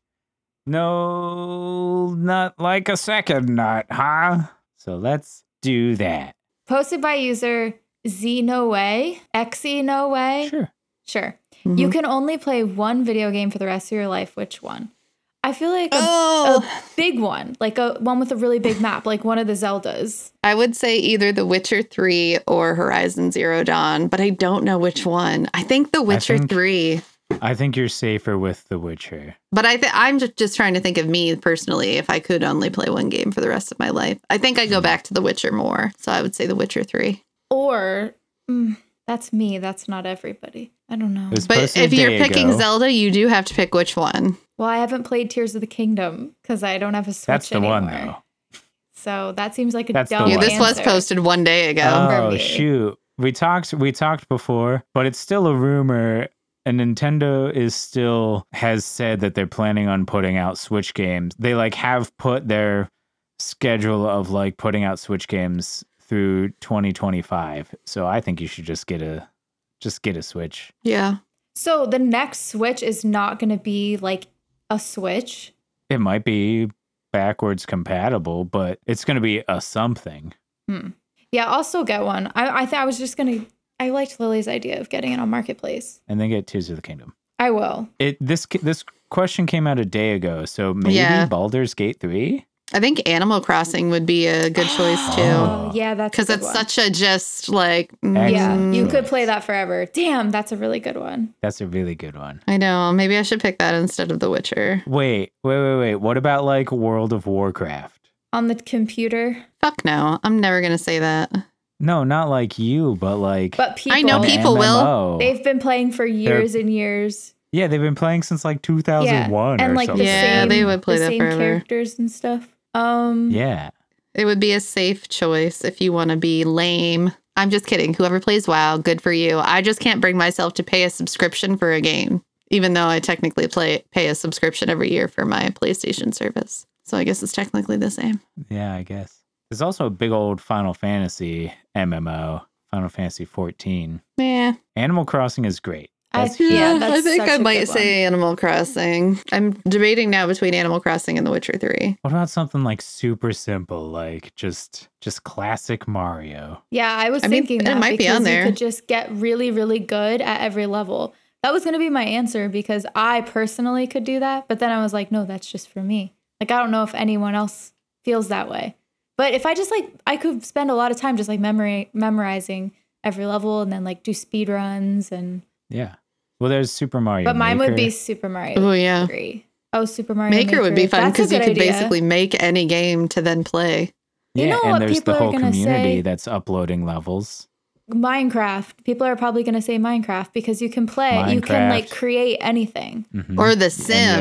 [SPEAKER 2] no, not like a second nut, huh? So let's do that.
[SPEAKER 3] Posted by user E Z No Way, Xe No Way.
[SPEAKER 2] Sure.
[SPEAKER 3] Sure.
[SPEAKER 1] Mhm.
[SPEAKER 3] You can only play one video game for the rest of your life. Which one? I feel like a,
[SPEAKER 1] Oh.
[SPEAKER 3] a big one, like a one with a really big map, like one of the Zeldas.
[SPEAKER 1] I would say either The Witcher 3 or Horizon Zero Dawn, but I don't know which one. I think The Witcher
[SPEAKER 2] think-
[SPEAKER 1] 3.
[SPEAKER 2] I think you're safer with The Witcher.
[SPEAKER 1] But I th- I'm ju- just trying to think of me personally if I could only play one game for the rest of my life. I think I
[SPEAKER 2] Hmm.
[SPEAKER 1] go back to The Witcher more. So I would say The Witcher 3.
[SPEAKER 3] Or mm, that's me. That's not everybody. I don't know.
[SPEAKER 2] It was
[SPEAKER 1] But
[SPEAKER 2] posted a
[SPEAKER 1] if you're
[SPEAKER 2] day
[SPEAKER 1] picking
[SPEAKER 2] ago.
[SPEAKER 1] Zelda, you do have to pick which one.
[SPEAKER 3] Well, I haven't played Tears of the Kingdom because I don't have a Switch
[SPEAKER 2] that's the
[SPEAKER 3] anymore.
[SPEAKER 2] one though.
[SPEAKER 3] So that seems like a
[SPEAKER 2] That's the
[SPEAKER 3] dumb
[SPEAKER 2] one.
[SPEAKER 1] Yeah, this was
[SPEAKER 3] answer.
[SPEAKER 1] posted one day ago.
[SPEAKER 3] for
[SPEAKER 2] Oh
[SPEAKER 3] me.
[SPEAKER 2] shoot. We talked we talked before, but it's still a rumor and Nintendo is still has said that they're planning on putting out Switch games. They like have put their schedule of like putting out Switch games through 2025. So I think you should just get a just get a Switch.
[SPEAKER 1] yeah.
[SPEAKER 3] So the next Switch is not going to be like a Switch.
[SPEAKER 2] It might be backwards compatible, but it's going to be a something.
[SPEAKER 3] Yeah, I'll still get one. I I, th- I was just gonna. I liked Lily's idea of getting it on Marketplace.
[SPEAKER 2] And then get Tears of the Kingdom.
[SPEAKER 3] I will.
[SPEAKER 2] It this this question came out a day ago, so maybe
[SPEAKER 1] Yeah.
[SPEAKER 2] Baldur's Gate 3?
[SPEAKER 1] I think Animal Crossing would be a good choice too.
[SPEAKER 2] Oh.
[SPEAKER 3] Oh, yeah, that's a
[SPEAKER 1] Because it's
[SPEAKER 3] good one.
[SPEAKER 1] such a just like, mm,
[SPEAKER 2] Excellent.
[SPEAKER 3] yeah. You could
[SPEAKER 2] choice.
[SPEAKER 3] play that forever. Damn, that's a really good one.
[SPEAKER 2] That's a really good one.
[SPEAKER 1] I know. Maybe I should pick that instead of The Witcher.
[SPEAKER 2] Wait, wait, wait, wait. What about like World of Warcraft?
[SPEAKER 3] On the computer,
[SPEAKER 1] Fuck no. I'm never going to say that.
[SPEAKER 2] No, not like you, but like
[SPEAKER 3] but people.
[SPEAKER 1] I know
[SPEAKER 2] an
[SPEAKER 1] people will.
[SPEAKER 2] MMO.
[SPEAKER 3] They've been playing for years and years.
[SPEAKER 2] yeah, they've been playing since like 2001
[SPEAKER 3] and
[SPEAKER 2] or
[SPEAKER 3] like the
[SPEAKER 2] something.
[SPEAKER 1] Yeah,
[SPEAKER 3] same.
[SPEAKER 1] they would play
[SPEAKER 3] the
[SPEAKER 1] that
[SPEAKER 3] same
[SPEAKER 1] forever.
[SPEAKER 3] characters and stuff. Um.
[SPEAKER 2] Yeah.
[SPEAKER 1] It would be a safe choice if you want to be lame. I'm just kidding. Whoever plays WoW, good for you. I just can't bring myself to pay a subscription for a game, even though I technically play pay a subscription every year for my PlayStation service. So I guess it's technically the same.
[SPEAKER 2] Yeah, I guess. There's also a big old Final Fantasy MMO, Final Fantasy 14.
[SPEAKER 1] Yeah.
[SPEAKER 2] Animal Crossing is great.
[SPEAKER 3] I-
[SPEAKER 2] That's cute.
[SPEAKER 3] Yeah, that's
[SPEAKER 1] I think
[SPEAKER 3] such
[SPEAKER 1] I
[SPEAKER 3] a
[SPEAKER 1] might
[SPEAKER 3] good one.
[SPEAKER 1] say Animal Crossing. I'm debating now between Animal Crossing and The Witcher 3.
[SPEAKER 2] What about something like super simple, like just just classic Mario?
[SPEAKER 3] Yeah, I was
[SPEAKER 1] I mean,
[SPEAKER 3] thinking
[SPEAKER 1] it
[SPEAKER 3] that
[SPEAKER 1] might be
[SPEAKER 3] because
[SPEAKER 1] on there.
[SPEAKER 3] you could just get really, really good at every level. That was going to be my answer because I personally could do that, but then I was like, no, that's just for me. Like I don't know if anyone else feels that way. But if I just like I could spend a lot of time just like memory memorizing every level and then like do speed runs and
[SPEAKER 2] Yeah. Well, there's Super Mario.
[SPEAKER 3] but mine would be
[SPEAKER 2] Maker.
[SPEAKER 3] Super Mario
[SPEAKER 1] Oh, yeah.
[SPEAKER 3] 3. Oh, Super Mario
[SPEAKER 1] Maker, would be fun
[SPEAKER 3] That's a
[SPEAKER 1] because you
[SPEAKER 3] good
[SPEAKER 1] could
[SPEAKER 3] idea.
[SPEAKER 1] basically make any game to then play.
[SPEAKER 3] You know
[SPEAKER 2] and
[SPEAKER 3] what
[SPEAKER 2] there's
[SPEAKER 3] people
[SPEAKER 2] the
[SPEAKER 3] are
[SPEAKER 2] whole
[SPEAKER 3] gonna
[SPEAKER 2] community
[SPEAKER 3] say?
[SPEAKER 2] that's uploading levels.
[SPEAKER 3] Minecraft. People are probably going to say Minecraft because you can play, you can like
[SPEAKER 2] Minecraft.
[SPEAKER 3] create anything.
[SPEAKER 2] Mhm.
[SPEAKER 1] Or The
[SPEAKER 2] And you have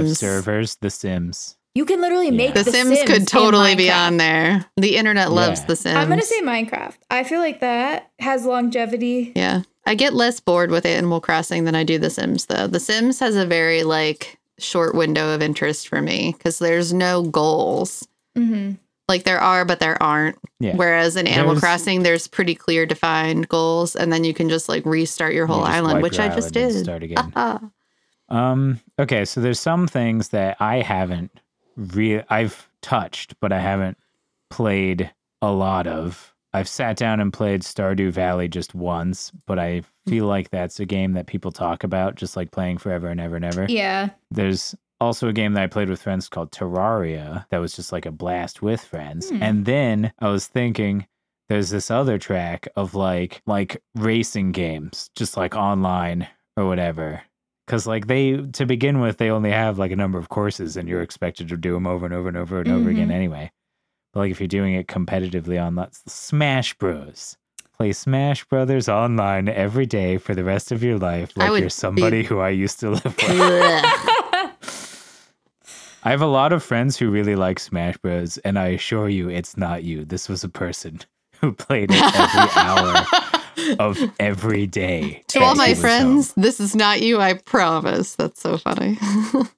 [SPEAKER 1] Sims.
[SPEAKER 2] servers, The Sims.
[SPEAKER 3] You can literally
[SPEAKER 2] Yeah.
[SPEAKER 3] make
[SPEAKER 1] The, Sims,
[SPEAKER 3] in
[SPEAKER 1] could totally be
[SPEAKER 3] Minecraft.
[SPEAKER 1] on there. The internet loves
[SPEAKER 2] Yeah.
[SPEAKER 1] The Sims.
[SPEAKER 3] I'm gonna say Minecraft. I feel like that has longevity.
[SPEAKER 1] Yeah. I get less bored with Animal Crossing than I do The Sims, though. The Sims has a very like short window of interest for me because there's no goals.
[SPEAKER 3] hmm
[SPEAKER 1] Like there are, but there aren't.
[SPEAKER 2] Yeah.
[SPEAKER 1] Whereas in Animal
[SPEAKER 2] There's-
[SPEAKER 1] Crossing, there's pretty clear defined goals, and then you can just like restart your
[SPEAKER 2] You
[SPEAKER 1] whole
[SPEAKER 2] just
[SPEAKER 1] island,
[SPEAKER 2] wipe
[SPEAKER 1] which
[SPEAKER 2] your
[SPEAKER 1] I just
[SPEAKER 2] island and
[SPEAKER 1] did.
[SPEAKER 2] Start again.
[SPEAKER 1] Ah.
[SPEAKER 2] um. Okay. So there's some things that I haven't re- I've touched, but I haven't played a lot of. I've sat down and played Stardew Valley just once, but I
[SPEAKER 1] Mm-hmm.
[SPEAKER 2] feel like that's a game that people talk about, just like playing forever and ever and ever.
[SPEAKER 3] Yeah.
[SPEAKER 2] There's also a game that I played with friends called Terraria that was just like a blast with friends.
[SPEAKER 1] Hmm.
[SPEAKER 2] And then I was thinking there's this other track of like like racing games just like online or whatever. Cause like they to begin with they only have like a number of courses and you're expected to do them over and over and over and over
[SPEAKER 1] Mm-hmm.
[SPEAKER 2] again
[SPEAKER 3] Mhm.
[SPEAKER 2] anyway. But like if you're doing it competitively on that's Smash Bros. Play Smash Brothers online every day for the rest of your life
[SPEAKER 1] I
[SPEAKER 2] like
[SPEAKER 1] would
[SPEAKER 2] you're somebody
[SPEAKER 1] be-
[SPEAKER 2] who I used to live with.
[SPEAKER 1] Ugh.
[SPEAKER 2] I have a lot of friends who really like Smash Bros, and I assure you, it's not you. This was a person who played it every hour of every day.
[SPEAKER 1] To all
[SPEAKER 2] that he
[SPEAKER 1] my
[SPEAKER 2] was
[SPEAKER 1] friends,
[SPEAKER 2] home.
[SPEAKER 1] this is not you, I promise. That's so funny.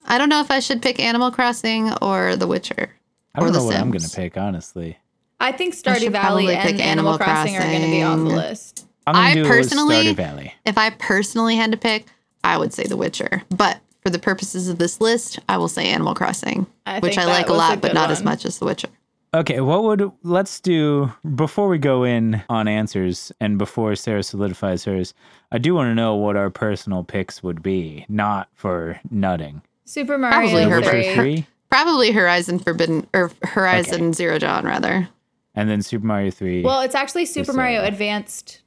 [SPEAKER 1] I don't know if I should pick Animal Crossing or The Witcher.
[SPEAKER 2] I don't
[SPEAKER 1] or The
[SPEAKER 2] know what I'm gonna
[SPEAKER 1] Sims.
[SPEAKER 2] pick, honestly.
[SPEAKER 3] I think
[SPEAKER 1] should
[SPEAKER 3] Stardew Valley
[SPEAKER 1] probably
[SPEAKER 3] and
[SPEAKER 1] pick
[SPEAKER 3] Animal,
[SPEAKER 1] Animal
[SPEAKER 3] Crossing, are going to be on the
[SPEAKER 1] Crossing.
[SPEAKER 3] list.
[SPEAKER 2] I'm gonna
[SPEAKER 1] I
[SPEAKER 2] do
[SPEAKER 1] personally-
[SPEAKER 2] Stardew Valley.
[SPEAKER 1] If I personally had to pick, I would say The Witcher. But for the purposes of this list, I will say Animal Crossing,
[SPEAKER 3] I
[SPEAKER 1] which
[SPEAKER 3] think
[SPEAKER 1] I
[SPEAKER 3] that
[SPEAKER 1] like a
[SPEAKER 3] was a
[SPEAKER 1] lot, but
[SPEAKER 3] good
[SPEAKER 1] not as
[SPEAKER 3] one.
[SPEAKER 1] much as The Witcher.
[SPEAKER 2] Okay, what would let's do before we go in on answers and before Sarah solidifies hers? I do want to know what our personal picks would be, not for nutting.
[SPEAKER 3] Super
[SPEAKER 1] Probably
[SPEAKER 3] Mario
[SPEAKER 2] The
[SPEAKER 1] her
[SPEAKER 2] Witcher
[SPEAKER 3] 3.
[SPEAKER 2] three,
[SPEAKER 1] Probably Horizon Forbidden or Horizon Zero Dawn, rather.
[SPEAKER 2] and then Super Mario three.
[SPEAKER 3] Well, it's actually Super
[SPEAKER 2] Just,
[SPEAKER 3] Mario
[SPEAKER 2] uh,
[SPEAKER 3] Advanced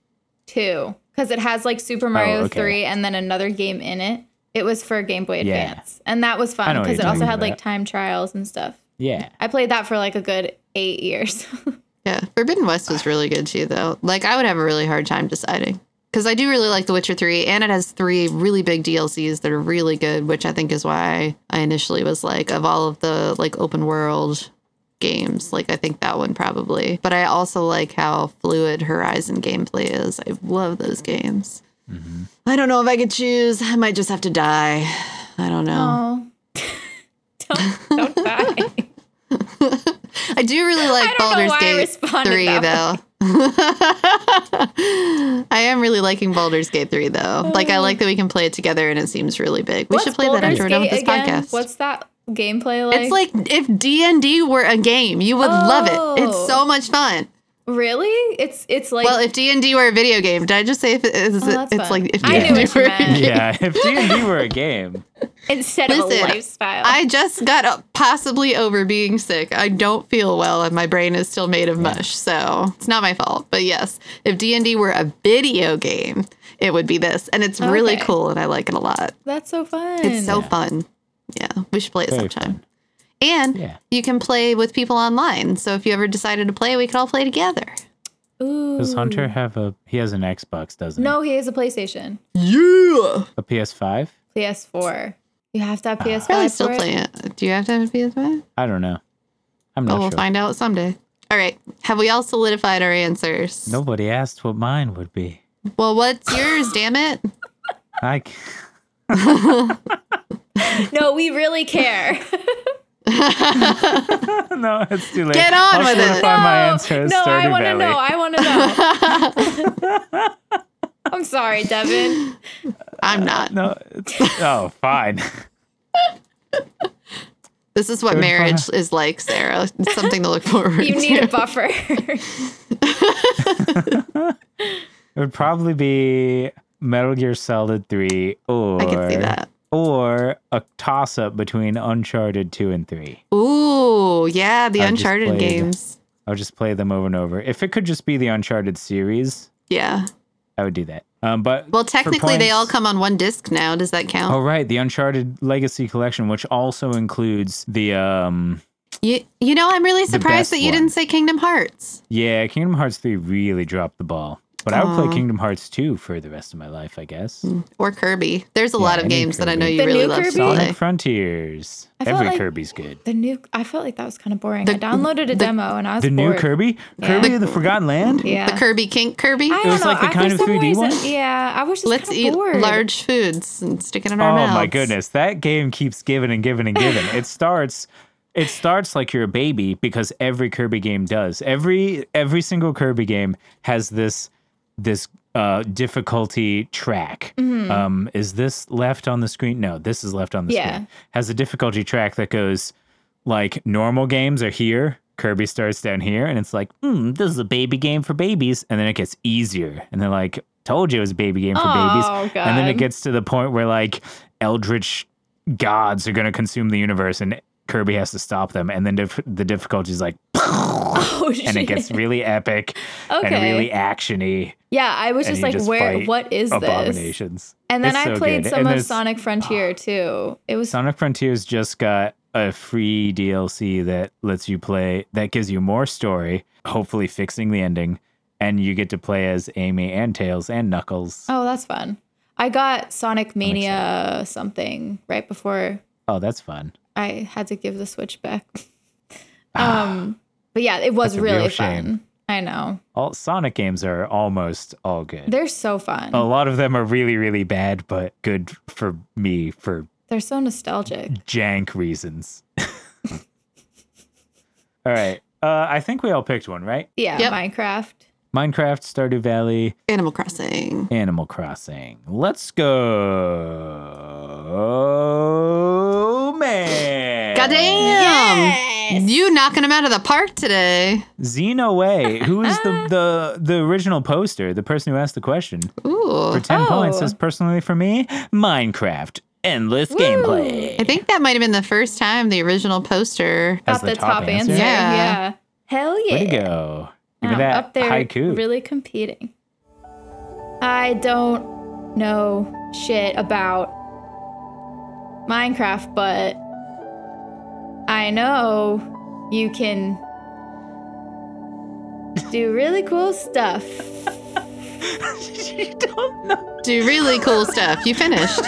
[SPEAKER 3] 2 because it has like Super Mario
[SPEAKER 2] Oh, okay.
[SPEAKER 3] 3 and then another game in it. It was for Game Boy
[SPEAKER 2] Yeah.
[SPEAKER 3] Advance. And that was
[SPEAKER 2] I
[SPEAKER 3] fun
[SPEAKER 2] know what
[SPEAKER 3] because
[SPEAKER 2] you're
[SPEAKER 3] it also
[SPEAKER 2] talking
[SPEAKER 3] had like
[SPEAKER 2] about.
[SPEAKER 3] time trials and stuff.
[SPEAKER 2] yeah,
[SPEAKER 3] I played that for like a good eight years.
[SPEAKER 1] Yeah. Forbidden West was really good too, though. Like, I would have a really hard time deciding. Because I do really like The Witcher 3, and it has three really big DLCs that are really good, which I think is why I initially was like, of all of the like open world games, like I think that one probably. But I also like how fluid Horizon gameplay is. I love those games. I don't know if I could choose. I might just have to die. I don't know.
[SPEAKER 3] Oh. don't, don't die.
[SPEAKER 1] I do really like
[SPEAKER 3] I don't know
[SPEAKER 1] Baldur's
[SPEAKER 3] why I
[SPEAKER 1] Gate
[SPEAKER 3] responded
[SPEAKER 1] 3
[SPEAKER 3] that
[SPEAKER 1] though. I am really liking Baldur's Gate 3 though. Like I like that we can play it together and it seems really big. We should play that after we're done with this podcast.
[SPEAKER 3] What's that gameplay like?
[SPEAKER 1] it's like if D&D were a game, you would love it. It's
[SPEAKER 3] Oh.
[SPEAKER 1] so much fun.
[SPEAKER 3] really? It's it's like
[SPEAKER 1] Well, if D&D were a video game, did I just say if it is
[SPEAKER 3] Oh, that's
[SPEAKER 1] it's
[SPEAKER 3] fun.
[SPEAKER 1] like if
[SPEAKER 3] I
[SPEAKER 2] knew
[SPEAKER 1] D&D
[SPEAKER 3] what you
[SPEAKER 1] were a
[SPEAKER 3] meant.
[SPEAKER 1] game.
[SPEAKER 2] yeah. If D and D were a game,
[SPEAKER 3] instead of a
[SPEAKER 1] Listen,
[SPEAKER 3] lifestyle.
[SPEAKER 1] I just got up possibly over being sick. I don't feel well, and my brain is still made of mush, so it's not my fault. But yes, if D and D were a video game, it would be this, and it's really
[SPEAKER 3] Okay.
[SPEAKER 1] cool, and I like it a lot.
[SPEAKER 3] That's so fun.
[SPEAKER 1] It's so fun. Yeah, we should play it
[SPEAKER 2] Very
[SPEAKER 1] sometime. And
[SPEAKER 2] Yeah.
[SPEAKER 1] you can play with people online. So if you ever decided to play, we could all play together.
[SPEAKER 3] Ooh.
[SPEAKER 2] Does Hunter have a? He has an Xbox, doesn't
[SPEAKER 3] No, he has a PlayStation.
[SPEAKER 1] Yeah.
[SPEAKER 2] he? A PS5?
[SPEAKER 3] PS4. You have to have PS5.
[SPEAKER 1] Probably still
[SPEAKER 3] for it?
[SPEAKER 1] play it. Do you have to have a PS5?
[SPEAKER 2] I don't know. I'm
[SPEAKER 1] But
[SPEAKER 2] not
[SPEAKER 1] Oh, we'll
[SPEAKER 2] sure.
[SPEAKER 1] find out someday. All right. Have we all solidified our answers?
[SPEAKER 2] Nobody asked what mine would be.
[SPEAKER 1] Well, what's yours? damn it.
[SPEAKER 2] I c-
[SPEAKER 3] No, we really care.
[SPEAKER 2] no, it's too late.
[SPEAKER 1] Get on
[SPEAKER 2] I'll
[SPEAKER 1] with it.
[SPEAKER 2] solidify my
[SPEAKER 3] no,
[SPEAKER 2] answer as
[SPEAKER 3] no, I
[SPEAKER 2] Stardew
[SPEAKER 3] want to
[SPEAKER 2] Valley.
[SPEAKER 3] know. I want to know. I'm sorry, Devin.
[SPEAKER 1] I'm not.
[SPEAKER 2] No, it's, oh, fine.
[SPEAKER 1] This is what
[SPEAKER 2] Good
[SPEAKER 1] marriage is like, Sarah. It's something to look forward
[SPEAKER 3] You
[SPEAKER 1] to.
[SPEAKER 3] need a buffer.
[SPEAKER 2] It would probably be Metal Gear Solid 3 or
[SPEAKER 1] I can see that.
[SPEAKER 2] or a toss up between Uncharted 2 and 3.
[SPEAKER 1] Ooh, yeah, the
[SPEAKER 2] I've just
[SPEAKER 1] Uncharted
[SPEAKER 2] played-
[SPEAKER 1] games.
[SPEAKER 2] I'll just play them over and over. If it could just be the Uncharted series,
[SPEAKER 1] Yeah.
[SPEAKER 2] I would do that. Um, but
[SPEAKER 1] Well,
[SPEAKER 2] for
[SPEAKER 1] technically, they
[SPEAKER 2] points-
[SPEAKER 1] all come on one disc now. Does that count?
[SPEAKER 2] Oh right, the Uncharted Legacy Collection, which also includes the um
[SPEAKER 1] You, you know, I'm really surprised
[SPEAKER 2] best
[SPEAKER 1] that you
[SPEAKER 2] one.
[SPEAKER 1] didn't say Kingdom Hearts.
[SPEAKER 2] yeah, Kingdom Hearts 3 really dropped the ball. But I would
[SPEAKER 1] Aw.
[SPEAKER 2] play Kingdom Hearts 2 for the rest of my life, I guess.
[SPEAKER 1] Or Kirby. There's a lot of
[SPEAKER 2] any
[SPEAKER 1] games that I know
[SPEAKER 2] Kirby.
[SPEAKER 1] you
[SPEAKER 3] The
[SPEAKER 1] really
[SPEAKER 3] new
[SPEAKER 1] love to
[SPEAKER 3] Kirby?
[SPEAKER 2] Sonic
[SPEAKER 1] play.
[SPEAKER 2] Frontiers.
[SPEAKER 3] I felt
[SPEAKER 2] Every
[SPEAKER 3] like-
[SPEAKER 2] Kirby's good.
[SPEAKER 3] The new. I felt like that was kind of boring. I downloaded a demo and I was
[SPEAKER 2] The new
[SPEAKER 3] bored.
[SPEAKER 2] Kirby?
[SPEAKER 3] Yeah.
[SPEAKER 2] Kirby of the Forgotten Land?
[SPEAKER 3] Yeah.
[SPEAKER 1] The Kirby King Kirby.
[SPEAKER 3] I
[SPEAKER 2] It
[SPEAKER 3] don't
[SPEAKER 2] was
[SPEAKER 3] know.
[SPEAKER 2] like the
[SPEAKER 3] I,
[SPEAKER 2] kind
[SPEAKER 3] for
[SPEAKER 2] of
[SPEAKER 3] some
[SPEAKER 2] 3D
[SPEAKER 3] reason,
[SPEAKER 2] one?
[SPEAKER 3] Yeah, I was just
[SPEAKER 1] Let's
[SPEAKER 3] kinda
[SPEAKER 1] eat
[SPEAKER 3] bored.
[SPEAKER 1] large foods and stick it in our
[SPEAKER 2] Oh
[SPEAKER 1] mouths.
[SPEAKER 2] my goodness, that game keeps giving and giving and giving. it starts it starts like you're a baby because every Kirby game does. Every every single Kirby game has this this uh difficulty track. Um is this left on the screen? No, this is left on the
[SPEAKER 3] Yeah.
[SPEAKER 2] screen. Has a difficulty track that goes like normal games are here. Kirby starts down here, and it's like, hmm, this is a baby game for babies. And then it gets easier. And they're like, told you it was a baby game for babies.
[SPEAKER 3] Oh,
[SPEAKER 2] And then it
[SPEAKER 3] God.
[SPEAKER 2] gets to the point where like Eldritch gods are going to consume the universe and Kirby has to stop them. And then dif- the difficulty is like,
[SPEAKER 3] Oh shit.
[SPEAKER 2] and it gets really epic and
[SPEAKER 3] Okay.
[SPEAKER 2] really actiony.
[SPEAKER 3] yeah, I was
[SPEAKER 2] and
[SPEAKER 3] just
[SPEAKER 2] you
[SPEAKER 3] like,
[SPEAKER 2] just
[SPEAKER 3] where?
[SPEAKER 2] fight
[SPEAKER 3] What is this?
[SPEAKER 2] Abominations.
[SPEAKER 3] And then
[SPEAKER 2] It's
[SPEAKER 3] I
[SPEAKER 2] so
[SPEAKER 3] played
[SPEAKER 2] good.
[SPEAKER 3] some
[SPEAKER 2] And
[SPEAKER 3] of
[SPEAKER 2] there's-
[SPEAKER 3] Sonic Frontier too. It was
[SPEAKER 2] Sonic Frontiers just got a free DLC that lets you play, that gives you more story, hopefully fixing the ending. And you get to play as Amy and Tails and Knuckles.
[SPEAKER 3] oh, that's fun. I got Sonic Mania something right before
[SPEAKER 2] Oh, that's fun.
[SPEAKER 3] I had to give the Switch back. um, but yeah, it was
[SPEAKER 2] Ah. That's a real
[SPEAKER 3] really
[SPEAKER 2] shame.
[SPEAKER 3] fun. I know
[SPEAKER 2] All Sonic games are almost all good.
[SPEAKER 3] they're so fun.
[SPEAKER 2] a lot of them are really, really bad, but good for me for
[SPEAKER 3] They're so nostalgic.
[SPEAKER 2] jank reasons. all right. Uh, I think we all picked one, right?
[SPEAKER 3] Yeah,
[SPEAKER 1] Yep.
[SPEAKER 3] Minecraft.
[SPEAKER 2] Minecraft, Stardew Valley,
[SPEAKER 1] Animal Crossing.
[SPEAKER 2] Animal Crossing. Let's go, man.
[SPEAKER 1] God damn! You knocking them out of the park today.
[SPEAKER 2] Xeno Way, who is the, the the original poster, the person who asked the question.
[SPEAKER 1] Ooh.
[SPEAKER 2] For 10 points,
[SPEAKER 3] Oh.
[SPEAKER 2] says personally for me, Minecraft, endless gameplay.
[SPEAKER 1] I think that might have been the first time the original poster.
[SPEAKER 2] As
[SPEAKER 3] Got the, top, answer.
[SPEAKER 1] Yeah.
[SPEAKER 3] Yeah. Hell yeah.
[SPEAKER 2] Way to go. Give me
[SPEAKER 3] Wow,
[SPEAKER 2] that
[SPEAKER 3] up there,
[SPEAKER 2] haiku.
[SPEAKER 3] really competing. I don't know shit about Minecraft, but I know you can do really cool stuff.
[SPEAKER 2] you don't know.
[SPEAKER 1] Do really cool stuff. You finished.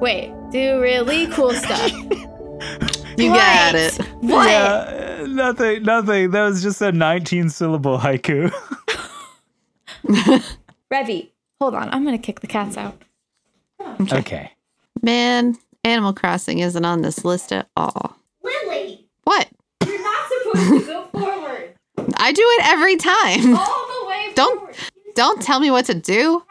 [SPEAKER 3] Wait, do really cool stuff.
[SPEAKER 1] You
[SPEAKER 3] What?
[SPEAKER 1] got it.
[SPEAKER 3] What?
[SPEAKER 2] Yeah, nothing, nothing. That was just a 19 syllable haiku.
[SPEAKER 3] Revy, hold on. I'm going to kick the cats out.
[SPEAKER 2] okay.
[SPEAKER 1] Man, Animal Crossing isn't on this list at all.
[SPEAKER 4] Lily,
[SPEAKER 1] What?
[SPEAKER 4] you're not supposed to go forward. Oh,
[SPEAKER 1] I do it every time.
[SPEAKER 4] All the way
[SPEAKER 1] Don't-
[SPEAKER 4] forward.
[SPEAKER 1] Don't tell me what to do.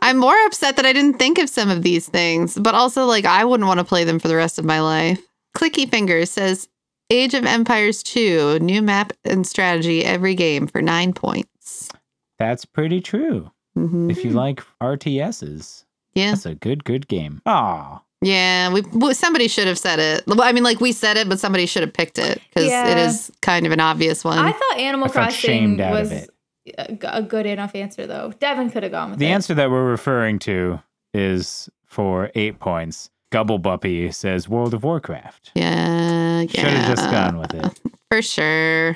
[SPEAKER 1] I'm more upset that I didn't think of some of these things, but also like I wouldn't want to play them for the rest of my life. Clicky Fingers says Age of Empires 2, new map and strategy every game for 9 points.
[SPEAKER 2] That's pretty true.
[SPEAKER 1] Mhm.
[SPEAKER 2] If you
[SPEAKER 3] Mm-hmm.
[SPEAKER 2] like RTSs,
[SPEAKER 1] Yeah.
[SPEAKER 2] that's a good, good game. Aw.
[SPEAKER 1] Yeah, we well, somebody should have said it. Well, I mean, like we said it, but somebody should have picked it because it
[SPEAKER 3] Yeah.
[SPEAKER 1] is kind of an obvious one.
[SPEAKER 3] I thought Animal
[SPEAKER 2] I felt
[SPEAKER 3] Crossing
[SPEAKER 2] shamed out of
[SPEAKER 3] was
[SPEAKER 2] it.
[SPEAKER 3] a g- a good enough answer, though. Devin could have gone with
[SPEAKER 2] The
[SPEAKER 3] it.
[SPEAKER 2] answer that we're referring to is for eight points. Gubblebuppy says World of Warcraft.
[SPEAKER 1] yeah, yeah,
[SPEAKER 2] Should have just gone with it.
[SPEAKER 1] for sure.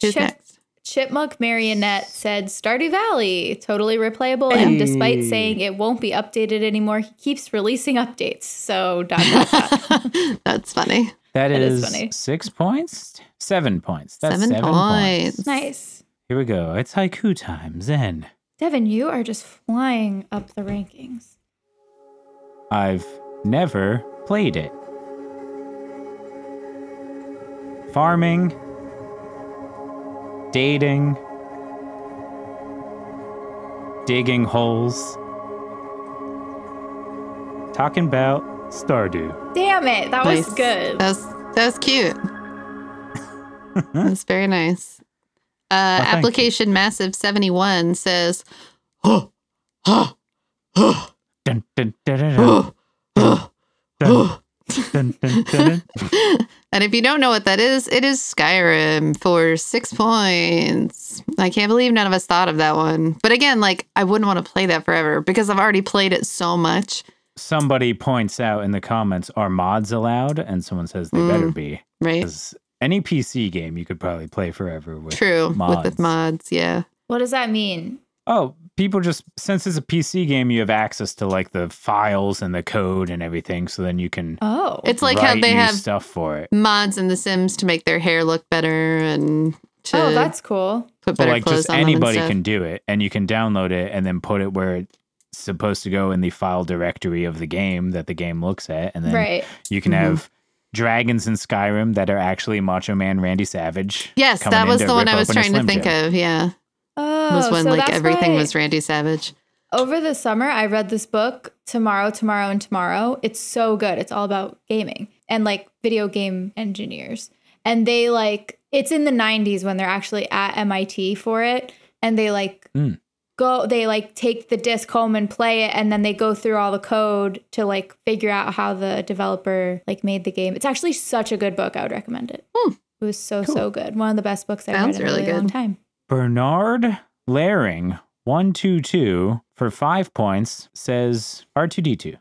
[SPEAKER 1] Who's
[SPEAKER 3] Check-
[SPEAKER 1] next?
[SPEAKER 3] Chipmunk Marionette said Stardew Valley, totally replayable, and despite
[SPEAKER 2] Hey.
[SPEAKER 3] saying it won't be updated anymore, he keeps releasing updates. So dot dot dot.
[SPEAKER 1] That's funny.
[SPEAKER 2] that
[SPEAKER 3] That
[SPEAKER 2] is,
[SPEAKER 3] is funny.
[SPEAKER 2] six points? Seven points. That's
[SPEAKER 1] Seven
[SPEAKER 2] seven,
[SPEAKER 1] points.
[SPEAKER 2] points.
[SPEAKER 3] nice.
[SPEAKER 2] Here we go. It's haiku time. Zen.
[SPEAKER 3] Devin, you are just flying up the rankings.
[SPEAKER 2] I've never played it. Farming, dating, digging holes, talking about Stardew.
[SPEAKER 3] Damn it, that was
[SPEAKER 1] Nice. Uh,
[SPEAKER 3] good.
[SPEAKER 1] That was that was cute. That's very nice. Uh,
[SPEAKER 2] thank you.
[SPEAKER 1] application massive seventy one says
[SPEAKER 2] Dun, dun, dun, dun, dun. Dun, dun, dun, dun, dun.
[SPEAKER 1] And if you don't know what that is, it is Skyrim for six points. I can't believe none of us thought of that one. But again, like I wouldn't want to play that forever because I've already played it so much.
[SPEAKER 2] Somebody points out in the comments, are mods allowed? And someone says they better be.
[SPEAKER 1] Right?
[SPEAKER 2] Because any PC game you could probably play forever with.
[SPEAKER 1] True. With
[SPEAKER 2] mods.
[SPEAKER 1] the mods, yeah.
[SPEAKER 3] What does that mean?
[SPEAKER 2] Oh, people just since it's a PC game, you have access to like the files and the code and everything, so then you can
[SPEAKER 3] Oh,
[SPEAKER 1] It's like how
[SPEAKER 2] write
[SPEAKER 1] they
[SPEAKER 2] new
[SPEAKER 1] have
[SPEAKER 2] stuff for it.
[SPEAKER 1] mods in The Sims to make their hair look better and to
[SPEAKER 3] oh, that's cool.
[SPEAKER 1] put
[SPEAKER 2] But
[SPEAKER 1] better
[SPEAKER 2] like
[SPEAKER 1] clothes
[SPEAKER 2] just
[SPEAKER 1] on them and
[SPEAKER 2] anybody
[SPEAKER 1] stuff.
[SPEAKER 2] can do it, and you can download it and then put it where it's supposed to go in the file directory of the game that the game looks at, and then
[SPEAKER 3] Right.
[SPEAKER 2] you can
[SPEAKER 1] Mhm.
[SPEAKER 2] have dragons in Skyrim that are actually Macho Man Randy Savage.
[SPEAKER 1] Yes,
[SPEAKER 2] coming
[SPEAKER 1] that
[SPEAKER 2] in
[SPEAKER 1] was
[SPEAKER 2] to
[SPEAKER 1] the one
[SPEAKER 2] rip
[SPEAKER 1] I was
[SPEAKER 2] open a
[SPEAKER 1] trying to
[SPEAKER 2] Slim
[SPEAKER 1] think
[SPEAKER 2] Jim.
[SPEAKER 1] of. Yeah.
[SPEAKER 3] Oh,
[SPEAKER 1] Was when
[SPEAKER 3] so
[SPEAKER 1] like
[SPEAKER 3] that's
[SPEAKER 1] everything
[SPEAKER 3] why-
[SPEAKER 1] was Randy Savage.
[SPEAKER 3] Over the summer, I read this book, Tomorrow, Tomorrow, and Tomorrow. It's so good. It's all about gaming and like video game engineers. And they like, it's in the 90s when they're actually at MIT for it. And they like
[SPEAKER 2] Mm.
[SPEAKER 3] go they like take the disc home and play it and then they go through all the code to like figure out how the developer like made the game. It's actually such a good book. I would recommend it. It was so so good. One of the best books I've
[SPEAKER 1] Hmm. Sounds
[SPEAKER 3] read in
[SPEAKER 1] really
[SPEAKER 3] a really long
[SPEAKER 1] good.
[SPEAKER 3] time.
[SPEAKER 2] Bernard Laring, 122 for five points, says R2D2.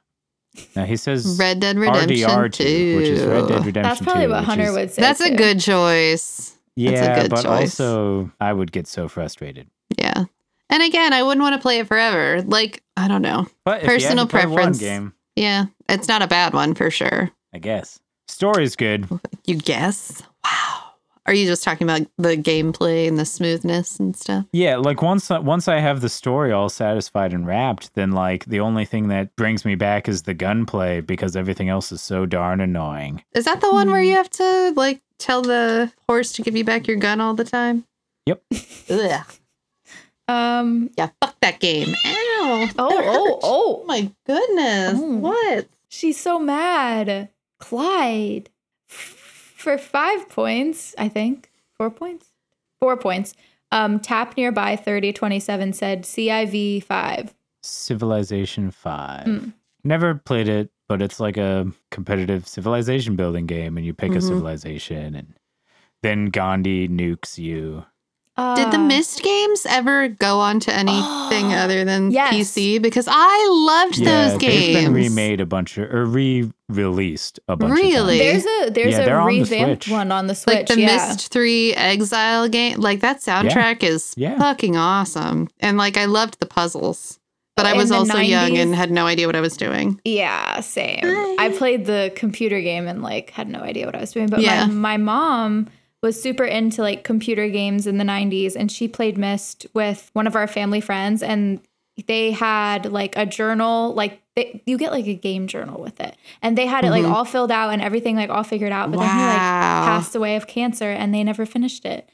[SPEAKER 2] Now he says
[SPEAKER 1] Red Dead Redemption
[SPEAKER 2] RDR2, which is Red Dead
[SPEAKER 1] 2.
[SPEAKER 2] Redemption.
[SPEAKER 3] That's probably
[SPEAKER 2] 2,
[SPEAKER 3] what
[SPEAKER 2] which
[SPEAKER 3] Hunter
[SPEAKER 2] is-
[SPEAKER 3] would say.
[SPEAKER 1] That's a
[SPEAKER 3] too.
[SPEAKER 1] good choice.
[SPEAKER 2] Yeah,
[SPEAKER 1] That's a good
[SPEAKER 2] but
[SPEAKER 1] choice.
[SPEAKER 2] also I would get so frustrated.
[SPEAKER 1] Yeah. And again, I wouldn't want to play it forever. Like, I don't know.
[SPEAKER 2] But if you had to
[SPEAKER 1] Personal
[SPEAKER 2] play
[SPEAKER 1] preference.
[SPEAKER 2] One game,
[SPEAKER 1] Yeah. It's not a bad one for sure.
[SPEAKER 2] I guess. Story's good.
[SPEAKER 1] You guess? Wow. Are you just talking about the gameplay and the smoothness and stuff?
[SPEAKER 2] Yeah, like once once I have the story all satisfied and wrapped, then like the only thing that brings me back is the gunplay because everything else is so darn annoying.
[SPEAKER 1] Is that the one where
[SPEAKER 3] Mm.
[SPEAKER 1] you have to like tell the horse to give you back your gun all the time?
[SPEAKER 2] Yep.
[SPEAKER 1] Ugh.
[SPEAKER 3] Um
[SPEAKER 1] Yeah, fuck that game. Ow.
[SPEAKER 3] oh
[SPEAKER 1] That
[SPEAKER 3] oh
[SPEAKER 1] hurt.
[SPEAKER 3] oh
[SPEAKER 1] Oh my goodness.
[SPEAKER 3] Oh.
[SPEAKER 1] What?
[SPEAKER 3] She's so mad. Clyde. For five points, I think. Four points? Four points. Um, tap nearby 3027 said CIV 5.
[SPEAKER 2] Civilization 5.
[SPEAKER 1] Hmm.
[SPEAKER 3] Mm.
[SPEAKER 2] Never played it, but it's like a competitive civilization building game, and you pick a
[SPEAKER 1] Mhm.
[SPEAKER 2] civilization, and then Gandhi nukes you.
[SPEAKER 1] Did the
[SPEAKER 3] Ah.
[SPEAKER 1] Mist games ever go on to anything other than
[SPEAKER 3] Yes.
[SPEAKER 1] PC? Because I loved those
[SPEAKER 2] they've
[SPEAKER 1] games.
[SPEAKER 2] been remade a bunch of, or re released a bunch of
[SPEAKER 1] Really?
[SPEAKER 2] times.
[SPEAKER 3] There's a there's
[SPEAKER 2] Yeah, they're
[SPEAKER 3] a
[SPEAKER 2] on the
[SPEAKER 3] revamped
[SPEAKER 2] Switch.
[SPEAKER 3] one on the Switch.
[SPEAKER 1] like the
[SPEAKER 3] yeah.
[SPEAKER 1] Mist 3 Exile game. Like that soundtrack is
[SPEAKER 2] Yeah.
[SPEAKER 1] fucking awesome. And like I loved the puzzles. But I
[SPEAKER 3] In
[SPEAKER 1] was
[SPEAKER 3] the
[SPEAKER 1] also young and
[SPEAKER 3] 90s?
[SPEAKER 1] had no idea what I was doing.
[SPEAKER 3] Yeah, same.
[SPEAKER 1] Hi.
[SPEAKER 3] I played the computer game and like had no idea what I was doing. But
[SPEAKER 1] Yeah.
[SPEAKER 3] my, my mom was super into like computer games in the 90s and she played Myst with one of our family friends and they had like a journal like they, you get like a game journal with it and they had it like
[SPEAKER 1] Mhm.
[SPEAKER 3] all filled out and everything like all figured out but then he like
[SPEAKER 1] Wow.
[SPEAKER 3] passed away of cancer and they never finished it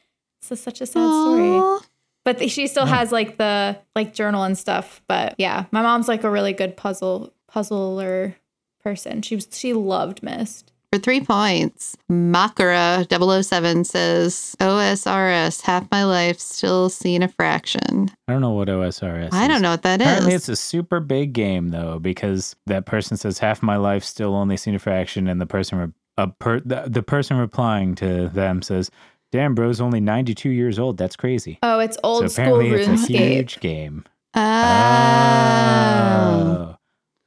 [SPEAKER 3] so such a sad story
[SPEAKER 1] Aw.
[SPEAKER 3] but the, she
[SPEAKER 2] Hmm.
[SPEAKER 3] still has like the like journal and stuff but yeah my mom's like a really good puzzle puzzler person she was she loved mist
[SPEAKER 1] For three points, Makara 007 says, OSRS, half my life still seen a fraction.
[SPEAKER 2] I don't know what OSRS is.
[SPEAKER 1] I don't know what that
[SPEAKER 2] Apparently,
[SPEAKER 1] is.
[SPEAKER 2] it's a super big game though, because that person says half my life still only seen a fraction, and the person re- a per- the, the person replying to them says, "Damn, bro's only ninety two years old. That's crazy."
[SPEAKER 3] oh it's
[SPEAKER 2] so
[SPEAKER 3] old school
[SPEAKER 2] apparently, it's a
[SPEAKER 3] runescape
[SPEAKER 2] huge game.
[SPEAKER 1] Oh.
[SPEAKER 2] Oh.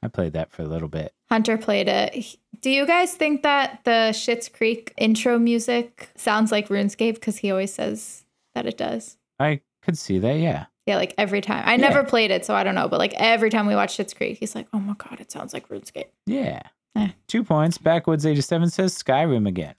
[SPEAKER 2] I played that for a little bit.
[SPEAKER 3] hunter played it He- do you guys think that the Schitt's creek intro music sounds like runescape because he always says that it does
[SPEAKER 2] I could see that. Yeah,
[SPEAKER 3] yeah like every time i never played it so i don't know but like every time we watch Schitt's creek he's like oh my god it sounds like runescape
[SPEAKER 2] yeah.
[SPEAKER 3] Eh.
[SPEAKER 2] Two points. Backwoods eighty seven says Skyrim again.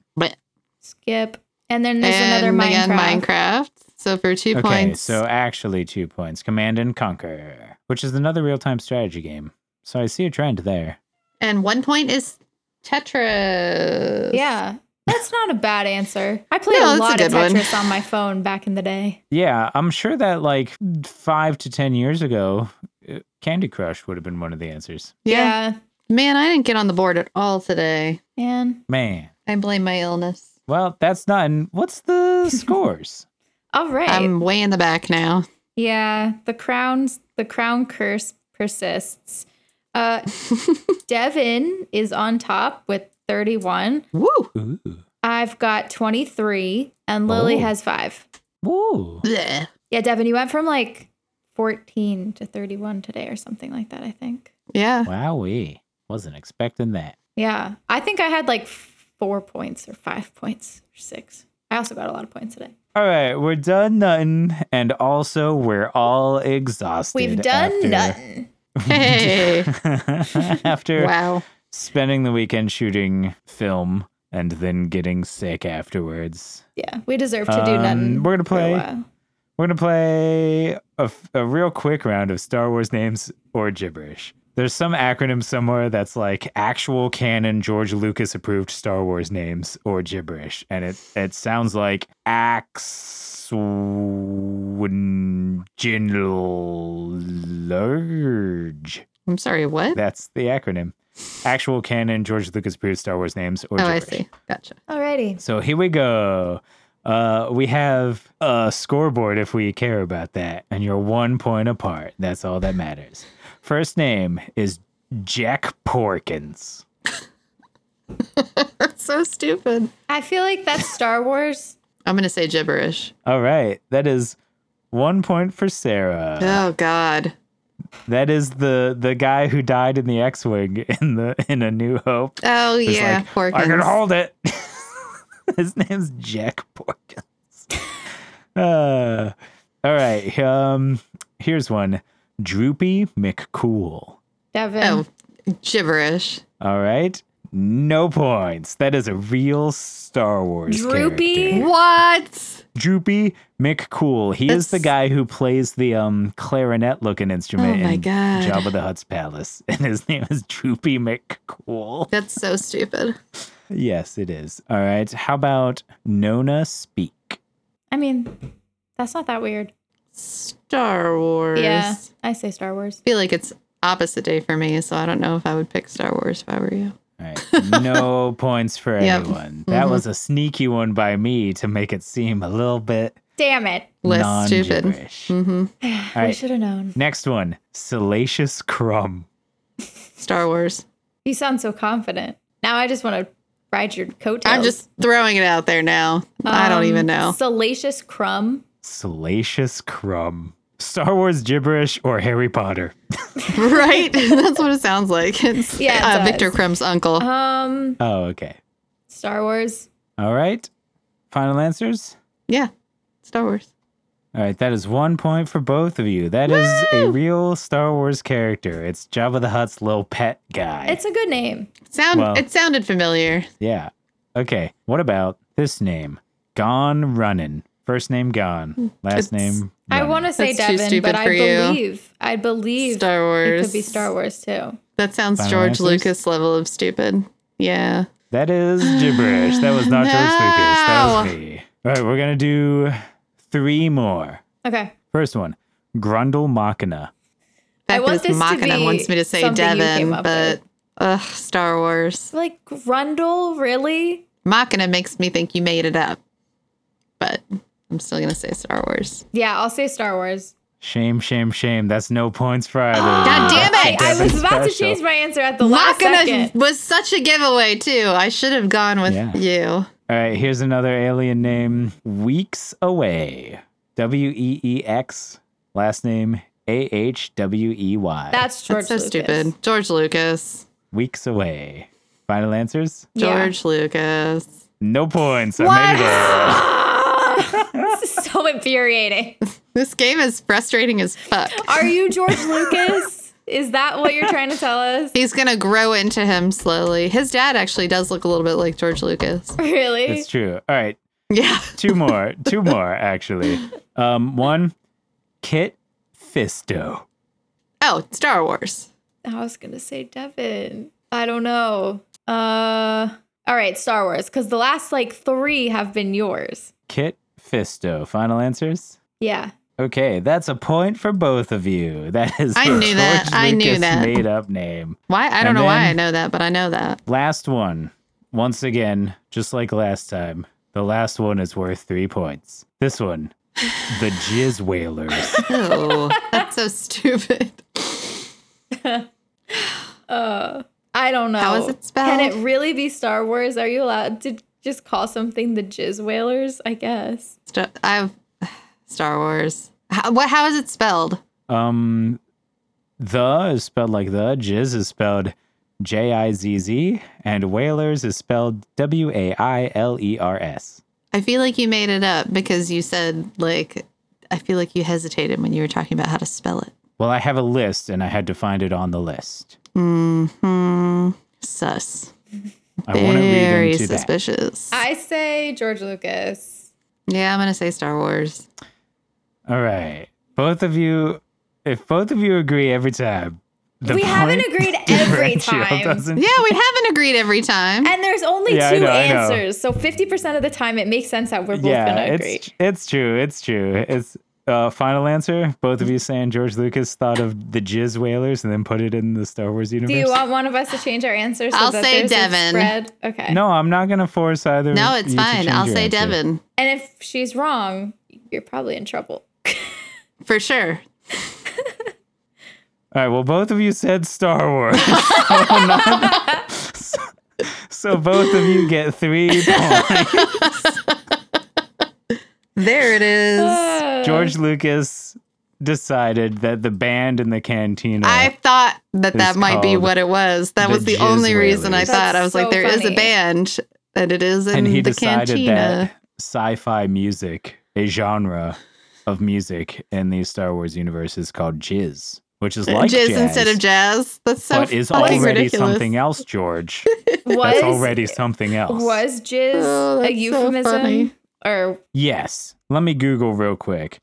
[SPEAKER 3] skip and then there's
[SPEAKER 1] and
[SPEAKER 3] another
[SPEAKER 1] again,
[SPEAKER 3] minecraft
[SPEAKER 1] Minecraft. So for two
[SPEAKER 2] okay,
[SPEAKER 1] points.
[SPEAKER 2] so actually two points. Command and Conquer, which is another real time strategy game. So I see a trend there.
[SPEAKER 1] and one point is Tetris.
[SPEAKER 3] Yeah. That's not a bad answer. I played
[SPEAKER 1] No, that's
[SPEAKER 3] a
[SPEAKER 1] a
[SPEAKER 3] lot of
[SPEAKER 1] good one.
[SPEAKER 3] Tetris on my phone back in the day.
[SPEAKER 2] Yeah, I'm sure that like five to 10 years ago, uh, Candy Crush would have been one of the answers.
[SPEAKER 1] yeah. Man, I didn't get on the board at all today.
[SPEAKER 3] And
[SPEAKER 2] Man.
[SPEAKER 1] I blame my illness.
[SPEAKER 2] Well, that's not. And what's the scores?
[SPEAKER 3] all right.
[SPEAKER 1] I'm way in the back now.
[SPEAKER 3] yeah, the crowns the crown curse persists. Uh Devin is on top with 31.
[SPEAKER 1] Woo!
[SPEAKER 2] Ooh.
[SPEAKER 3] I've got 23 and Lily
[SPEAKER 2] Oh.
[SPEAKER 3] has 5.
[SPEAKER 2] Ooh.
[SPEAKER 1] Blech.
[SPEAKER 3] Yeah, Devin, you went from like 14 to 31 today or something like that, I think.
[SPEAKER 1] Yeah.
[SPEAKER 2] Wowee. Wasn't expecting that.
[SPEAKER 3] Yeah. I think I had like 4 points or 5 points or 6. I also got a lot of points today.
[SPEAKER 2] All right, we're done nothing. And also, we're all exhausted.
[SPEAKER 3] We've done
[SPEAKER 2] after,
[SPEAKER 3] nothing.
[SPEAKER 1] Hey.
[SPEAKER 2] after
[SPEAKER 1] wow.
[SPEAKER 2] spending the weekend shooting film and then getting sick afterwards.
[SPEAKER 3] Yeah, we deserve to do
[SPEAKER 2] Um,
[SPEAKER 3] nothing.
[SPEAKER 2] we're gonna
[SPEAKER 3] for a
[SPEAKER 2] play-
[SPEAKER 3] while.
[SPEAKER 2] We're gonna play a, f- a real quick round of Star Wars names or gibberish. There's some acronym somewhere that's like actual canon George Lucas approved Star Wars names or gibberish, and it it sounds like Axwinlurge.
[SPEAKER 1] I'm sorry, what?
[SPEAKER 2] That's the acronym. Actual canon George Lucas approved Star Wars names or
[SPEAKER 1] oh, I
[SPEAKER 2] gibberish.
[SPEAKER 1] see. Gotcha.
[SPEAKER 3] Alrighty.
[SPEAKER 2] So here we go. Uh, we have a scoreboard if we care about that, and you're one point apart. That's all that matters. First name is Jack Porkins.
[SPEAKER 1] That's so stupid.
[SPEAKER 3] I feel like that's Star Wars.
[SPEAKER 1] I'm going to say gibberish.
[SPEAKER 2] All right, that is one point for Sarah.
[SPEAKER 1] Oh, God.
[SPEAKER 2] That is the the guy who died in the X-wing in the in A New Hope.
[SPEAKER 1] Oh,
[SPEAKER 2] It's
[SPEAKER 1] yeah.
[SPEAKER 2] like,
[SPEAKER 1] Porkins.
[SPEAKER 2] I can hold it. His name's Jack Porkins. uh, all right. Um, here's one. Droopy McCool.
[SPEAKER 3] Devin.
[SPEAKER 1] Oh, gibberish.
[SPEAKER 2] All right. No points. That is a real Star Wars
[SPEAKER 3] Droopy?
[SPEAKER 2] character.
[SPEAKER 1] What?
[SPEAKER 2] Droopy McCool. He is the
[SPEAKER 1] That's-
[SPEAKER 2] guy who plays the um clarinet looking instrument
[SPEAKER 1] Oh my
[SPEAKER 2] in
[SPEAKER 1] God.
[SPEAKER 2] Jabba the Hutt's palace, and his name is Droopy McCool.
[SPEAKER 1] That's so stupid.
[SPEAKER 2] Yes, it is. All right. How about Nona Speak?
[SPEAKER 3] I mean, that's not that weird.
[SPEAKER 1] Star Wars.
[SPEAKER 3] Yeah,
[SPEAKER 1] I
[SPEAKER 3] I say Star Wars.
[SPEAKER 1] feel like it's opposite day for me, so I don't know if I would pick Star Wars if I were you.
[SPEAKER 2] All right. No points for
[SPEAKER 1] Yep.
[SPEAKER 2] anyone. That
[SPEAKER 1] Mhm.
[SPEAKER 2] was a sneaky one by me to make it seem a little bit
[SPEAKER 3] Damn it.
[SPEAKER 1] Less stupid.
[SPEAKER 2] non-gibberish.
[SPEAKER 1] Mm-hmm.
[SPEAKER 2] right.
[SPEAKER 3] I should have known.
[SPEAKER 2] Next one, Salacious Crumb.
[SPEAKER 1] Star Wars.
[SPEAKER 3] You sound so confident. Now I just want to ride your coattails.
[SPEAKER 1] I'm just throwing it out there now. I don't
[SPEAKER 3] Um,
[SPEAKER 1] even know.
[SPEAKER 3] Salacious crumb.
[SPEAKER 2] Salacious Crumb. Star Wars gibberish or Harry Potter?
[SPEAKER 1] right? That's what it sounds like. It's
[SPEAKER 3] Yeah, it
[SPEAKER 1] uh,
[SPEAKER 3] does.
[SPEAKER 1] Victor Krumm's uncle.
[SPEAKER 3] Um,
[SPEAKER 2] Oh, okay.
[SPEAKER 3] Star Wars.
[SPEAKER 2] All right. Final answers?
[SPEAKER 1] yeah. Star Wars.
[SPEAKER 2] All right, that is one point for both of you. That is a real Star Wars character. It's Jabba the Hutt's little pet guy.
[SPEAKER 3] It's a good name.
[SPEAKER 1] Sound
[SPEAKER 2] Well-
[SPEAKER 1] it sounded familiar.
[SPEAKER 2] yeah. Okay. What about this name? Gone Runnin'. First name Gone.
[SPEAKER 1] It's-
[SPEAKER 2] Last name.
[SPEAKER 3] Hmm. I
[SPEAKER 2] Runnin'.
[SPEAKER 3] want to say
[SPEAKER 1] That's too
[SPEAKER 3] Devin,
[SPEAKER 1] stupid
[SPEAKER 3] but I
[SPEAKER 1] for you.
[SPEAKER 3] believe I believe
[SPEAKER 1] Star Wars.
[SPEAKER 3] it could be Star Wars too.
[SPEAKER 1] That sounds
[SPEAKER 2] Final
[SPEAKER 1] George
[SPEAKER 2] answers?
[SPEAKER 1] Lucas level of stupid. Yeah.
[SPEAKER 2] That is gibberish. That was not George Lucas. That was
[SPEAKER 1] No.
[SPEAKER 2] me. All right, we're gonna do three more.
[SPEAKER 3] Okay.
[SPEAKER 2] First one, Grundle Machina.
[SPEAKER 1] Fact
[SPEAKER 3] want
[SPEAKER 1] that it's
[SPEAKER 3] this to
[SPEAKER 1] Machina
[SPEAKER 3] be
[SPEAKER 1] wants me to say
[SPEAKER 3] something you came
[SPEAKER 1] Devin,
[SPEAKER 3] up
[SPEAKER 1] but
[SPEAKER 3] with.
[SPEAKER 1] ugh, Star Wars.
[SPEAKER 3] Like Grundle, really?
[SPEAKER 1] Machina makes me think you made it up, but I'm still gonna say Star Wars.
[SPEAKER 3] Yeah, I'll say Star Wars.
[SPEAKER 2] Shame, shame, shame. That's no points for either. of
[SPEAKER 1] God
[SPEAKER 2] you.
[SPEAKER 1] damn
[SPEAKER 2] That's
[SPEAKER 1] it!
[SPEAKER 2] a
[SPEAKER 3] I was
[SPEAKER 2] Devin
[SPEAKER 3] about to
[SPEAKER 2] special.
[SPEAKER 3] change my answer at the last
[SPEAKER 1] Machina
[SPEAKER 3] second.
[SPEAKER 1] was such a giveaway too. I should have gone with
[SPEAKER 2] Yeah.
[SPEAKER 1] you.
[SPEAKER 2] All right, here's another alien name. Weeks away. W e e x. Last name A H W E Y.
[SPEAKER 3] That's George
[SPEAKER 1] That's so
[SPEAKER 3] Lucas.
[SPEAKER 1] stupid. George Lucas.
[SPEAKER 2] Weeks away. Final answers.
[SPEAKER 3] Yeah.
[SPEAKER 1] George Lucas.
[SPEAKER 2] No points. I made it. up.
[SPEAKER 3] this is so infuriating.
[SPEAKER 1] This game is frustrating as fuck.
[SPEAKER 3] Are you George Lucas? Is that what you're trying to tell us?
[SPEAKER 1] He's gonna grow into him slowly. His dad actually does look a little bit like George Lucas.
[SPEAKER 3] Really?
[SPEAKER 2] It's true. All right,
[SPEAKER 1] Yeah.
[SPEAKER 2] two more. two more actually. Um, one, Kit Fisto.
[SPEAKER 1] Oh, Star Wars.
[SPEAKER 3] I was gonna say Devin. I don't know. Uh all right, Star Wars, because the last like three have been yours.
[SPEAKER 2] Kit Fisto. Final answers.
[SPEAKER 3] Yeah.
[SPEAKER 2] Okay, that's a point for both of you. That is
[SPEAKER 1] I
[SPEAKER 2] a
[SPEAKER 1] knew that.
[SPEAKER 2] George
[SPEAKER 1] I knew
[SPEAKER 2] Lucas
[SPEAKER 1] that.
[SPEAKER 2] Made up name.
[SPEAKER 1] Why? I don't
[SPEAKER 2] And
[SPEAKER 1] know why
[SPEAKER 2] then-
[SPEAKER 1] I know that, but I know that.
[SPEAKER 2] Last one. Once again, just like last time, the last one is worth three points. This one, the Jizz Whalers.
[SPEAKER 1] Oh, that's so stupid.
[SPEAKER 3] Uh I don't know.
[SPEAKER 1] How is it spelled?
[SPEAKER 3] Can it really be Star Wars? Are you allowed to just call something the Jizz Whalers? I guess.
[SPEAKER 1] Sta- I've Star Wars. How, what? How is it spelled?
[SPEAKER 2] Um, the is spelled like the, Jizz is spelled J I Z Z, and Whalers is spelled W A I L E R S.
[SPEAKER 1] I feel like you made it up because you said like. I feel like you hesitated when you were talking about how to spell it.
[SPEAKER 2] Well, I have a list and I had to find it on the list.
[SPEAKER 1] Hmm. Sus.
[SPEAKER 2] I want to read
[SPEAKER 1] Very
[SPEAKER 2] into that.
[SPEAKER 1] suspicious.
[SPEAKER 3] I say George Lucas.
[SPEAKER 1] yeah, I'm gonna say Star Wars.
[SPEAKER 2] All right. Both of you, if both of you agree every time, the
[SPEAKER 3] we haven't
[SPEAKER 2] point
[SPEAKER 3] agreed every
[SPEAKER 2] differential
[SPEAKER 3] time.
[SPEAKER 2] doesn't
[SPEAKER 1] Yeah, we haven't agreed every time.
[SPEAKER 3] And there's only
[SPEAKER 2] Yeah, I
[SPEAKER 3] two
[SPEAKER 2] know, I know.
[SPEAKER 3] answers. So 50% of the time, it makes sense that we're both
[SPEAKER 2] yeah,
[SPEAKER 3] going to
[SPEAKER 2] it's
[SPEAKER 3] agree.
[SPEAKER 2] it's true. It's true. It's uh, final answer? Both of you saying George Lucas thought of the jizz whalers and then put it in the Star Wars universe?
[SPEAKER 3] Do you want one of us to change our answer? So
[SPEAKER 1] I'll
[SPEAKER 3] that
[SPEAKER 1] say
[SPEAKER 3] there's a
[SPEAKER 1] Devin.
[SPEAKER 3] Spread? Okay.
[SPEAKER 2] no, I'm not going to force either.
[SPEAKER 1] No,
[SPEAKER 2] of
[SPEAKER 1] it's
[SPEAKER 2] you to
[SPEAKER 1] fine.
[SPEAKER 2] change
[SPEAKER 1] I'll
[SPEAKER 2] your
[SPEAKER 1] say
[SPEAKER 2] answer.
[SPEAKER 1] Devin
[SPEAKER 3] And if she's wrong, you're probably in trouble.
[SPEAKER 1] for sure.
[SPEAKER 2] All right. Well, both of you said Star Wars. so, not- so- so both of you get three points.
[SPEAKER 1] There it is.
[SPEAKER 3] Uh,
[SPEAKER 2] George Lucas decided that the band in the cantina.
[SPEAKER 1] I thought that that
[SPEAKER 2] It's
[SPEAKER 1] might be
[SPEAKER 2] called
[SPEAKER 1] what it was. That
[SPEAKER 2] the
[SPEAKER 1] was the
[SPEAKER 2] Jizz
[SPEAKER 1] only reason I
[SPEAKER 2] Whalers.
[SPEAKER 1] thought. I
[SPEAKER 3] That's
[SPEAKER 1] was like,
[SPEAKER 3] so
[SPEAKER 1] there is a
[SPEAKER 3] funny.
[SPEAKER 1] band, and it is in
[SPEAKER 2] and he
[SPEAKER 1] the
[SPEAKER 2] decided
[SPEAKER 1] cantina.
[SPEAKER 2] that sci-fi music, a genre of music in the Star Wars universe, is called jizz, which is like
[SPEAKER 1] jizz
[SPEAKER 2] jazz,
[SPEAKER 1] instead of jazz. That's so
[SPEAKER 2] but is
[SPEAKER 1] fucking
[SPEAKER 2] already
[SPEAKER 1] ridiculous.
[SPEAKER 2] something else, George.
[SPEAKER 3] was
[SPEAKER 2] That's already something else.
[SPEAKER 3] was jizz
[SPEAKER 1] Oh, that's
[SPEAKER 3] a
[SPEAKER 1] so
[SPEAKER 3] euphemism
[SPEAKER 1] funny.
[SPEAKER 3] or
[SPEAKER 2] Yes. Let me Google real quick.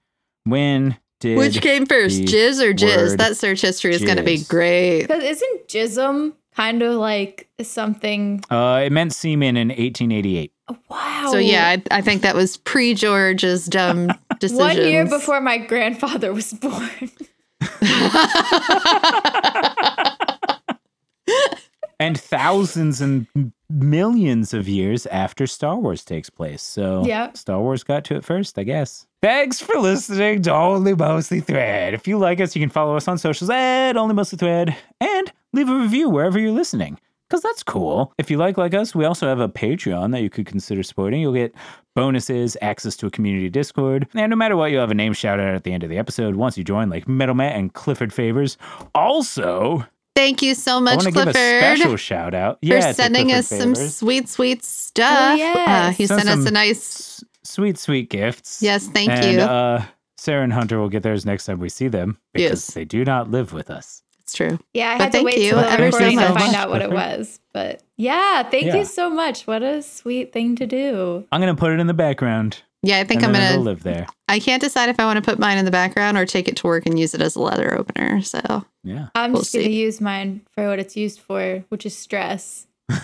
[SPEAKER 2] When did
[SPEAKER 1] Which came first,
[SPEAKER 2] the
[SPEAKER 1] jizz or jizz?
[SPEAKER 2] word
[SPEAKER 1] That search history is going to be
[SPEAKER 2] jizz.
[SPEAKER 1] great.
[SPEAKER 3] because isn't jism kind of like something?
[SPEAKER 2] Uh, it meant semen in 1888.
[SPEAKER 3] Wow.
[SPEAKER 1] So yeah, I, I think that was pre George's dumb decisions.
[SPEAKER 3] one year before my grandfather was born.
[SPEAKER 2] And thousands and m- millions of years after Star Wars takes place. So
[SPEAKER 3] Yep.
[SPEAKER 2] Star Wars got to it first, I guess. Thanks for listening to Only Mostly Thread. If you like us, you can follow us on socials at Only Mostly Thread and leave a review wherever you're listening. Because that's cool. If you like like us, we also have a Patreon that you could consider supporting. You'll get bonuses, access to a community Discord, and no matter what, you'll have a name shout out at the end of the episode once you join, like Metal Matt and Clifford Favors. Also,
[SPEAKER 1] Thank you so
[SPEAKER 2] I
[SPEAKER 1] much,
[SPEAKER 2] want to give
[SPEAKER 1] Clifford,
[SPEAKER 2] a special shout out yeah,
[SPEAKER 1] for
[SPEAKER 2] to
[SPEAKER 1] sending
[SPEAKER 2] Clifford
[SPEAKER 1] us some
[SPEAKER 2] Favors.
[SPEAKER 1] sweet, sweet stuff.
[SPEAKER 3] Oh, yes.
[SPEAKER 1] uh, he
[SPEAKER 2] Send
[SPEAKER 1] sent us a
[SPEAKER 2] some-
[SPEAKER 1] nice.
[SPEAKER 2] S- sweet, sweet gifts.
[SPEAKER 1] Yes, thank
[SPEAKER 2] and,
[SPEAKER 1] you.
[SPEAKER 2] Uh, Sarah and Hunter will get theirs next time we see them because
[SPEAKER 1] Yes.
[SPEAKER 2] they do not live with us.
[SPEAKER 1] it's true.
[SPEAKER 3] Yeah, I
[SPEAKER 1] But
[SPEAKER 3] had to
[SPEAKER 1] thank
[SPEAKER 3] wait
[SPEAKER 1] you
[SPEAKER 3] till the
[SPEAKER 1] ever so
[SPEAKER 3] recording to
[SPEAKER 1] much.
[SPEAKER 3] find out what it was. But yeah, thank
[SPEAKER 2] Yeah.
[SPEAKER 3] you so much. What a sweet thing to do.
[SPEAKER 2] I'm gonna put it in the background.
[SPEAKER 1] Yeah, I think
[SPEAKER 2] and
[SPEAKER 1] I'm
[SPEAKER 2] then
[SPEAKER 1] gonna.
[SPEAKER 2] it'll live there.
[SPEAKER 1] I can't decide if I want to put mine in the background or take it to work and use it as a letter opener. So
[SPEAKER 2] Yeah.
[SPEAKER 3] I'm
[SPEAKER 1] We'll
[SPEAKER 3] just going to
[SPEAKER 1] see.
[SPEAKER 3] use mine for what it's used for, which is stress. I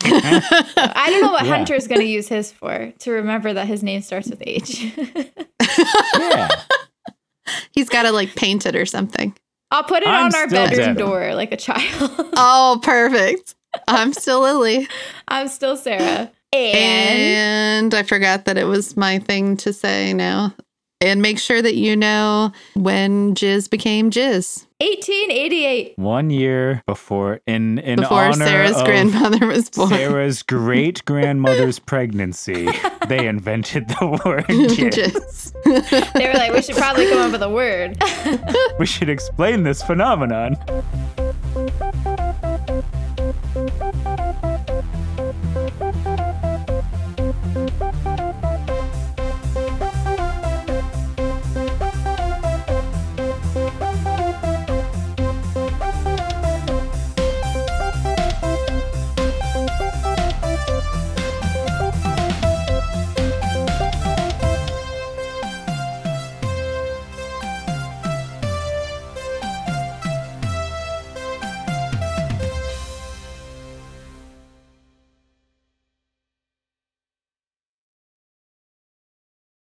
[SPEAKER 3] don't know what
[SPEAKER 2] Yeah.
[SPEAKER 3] Hunter's going to use his for to remember that his name starts with H.
[SPEAKER 2] Yeah.
[SPEAKER 1] he's got to like paint it or something.
[SPEAKER 3] I'll put it
[SPEAKER 2] I'm
[SPEAKER 3] on our
[SPEAKER 2] still Devin.
[SPEAKER 3] bedroom door like a child.
[SPEAKER 1] Oh, perfect. I'm still Lily.
[SPEAKER 3] I'm still Sarah. And,
[SPEAKER 1] And I forgot that it was my thing to say now. And make sure that you know when Jizz became Jizz
[SPEAKER 3] 1888.
[SPEAKER 2] One year before, in in
[SPEAKER 1] before
[SPEAKER 2] honor
[SPEAKER 1] Sarah's
[SPEAKER 2] of
[SPEAKER 1] grandmother was born.
[SPEAKER 2] Sarah's great grandmother's pregnancy, they invented the word jizz.
[SPEAKER 1] Jizz.
[SPEAKER 3] They were like, we should probably come up with a word.
[SPEAKER 2] We should explain this phenomenon.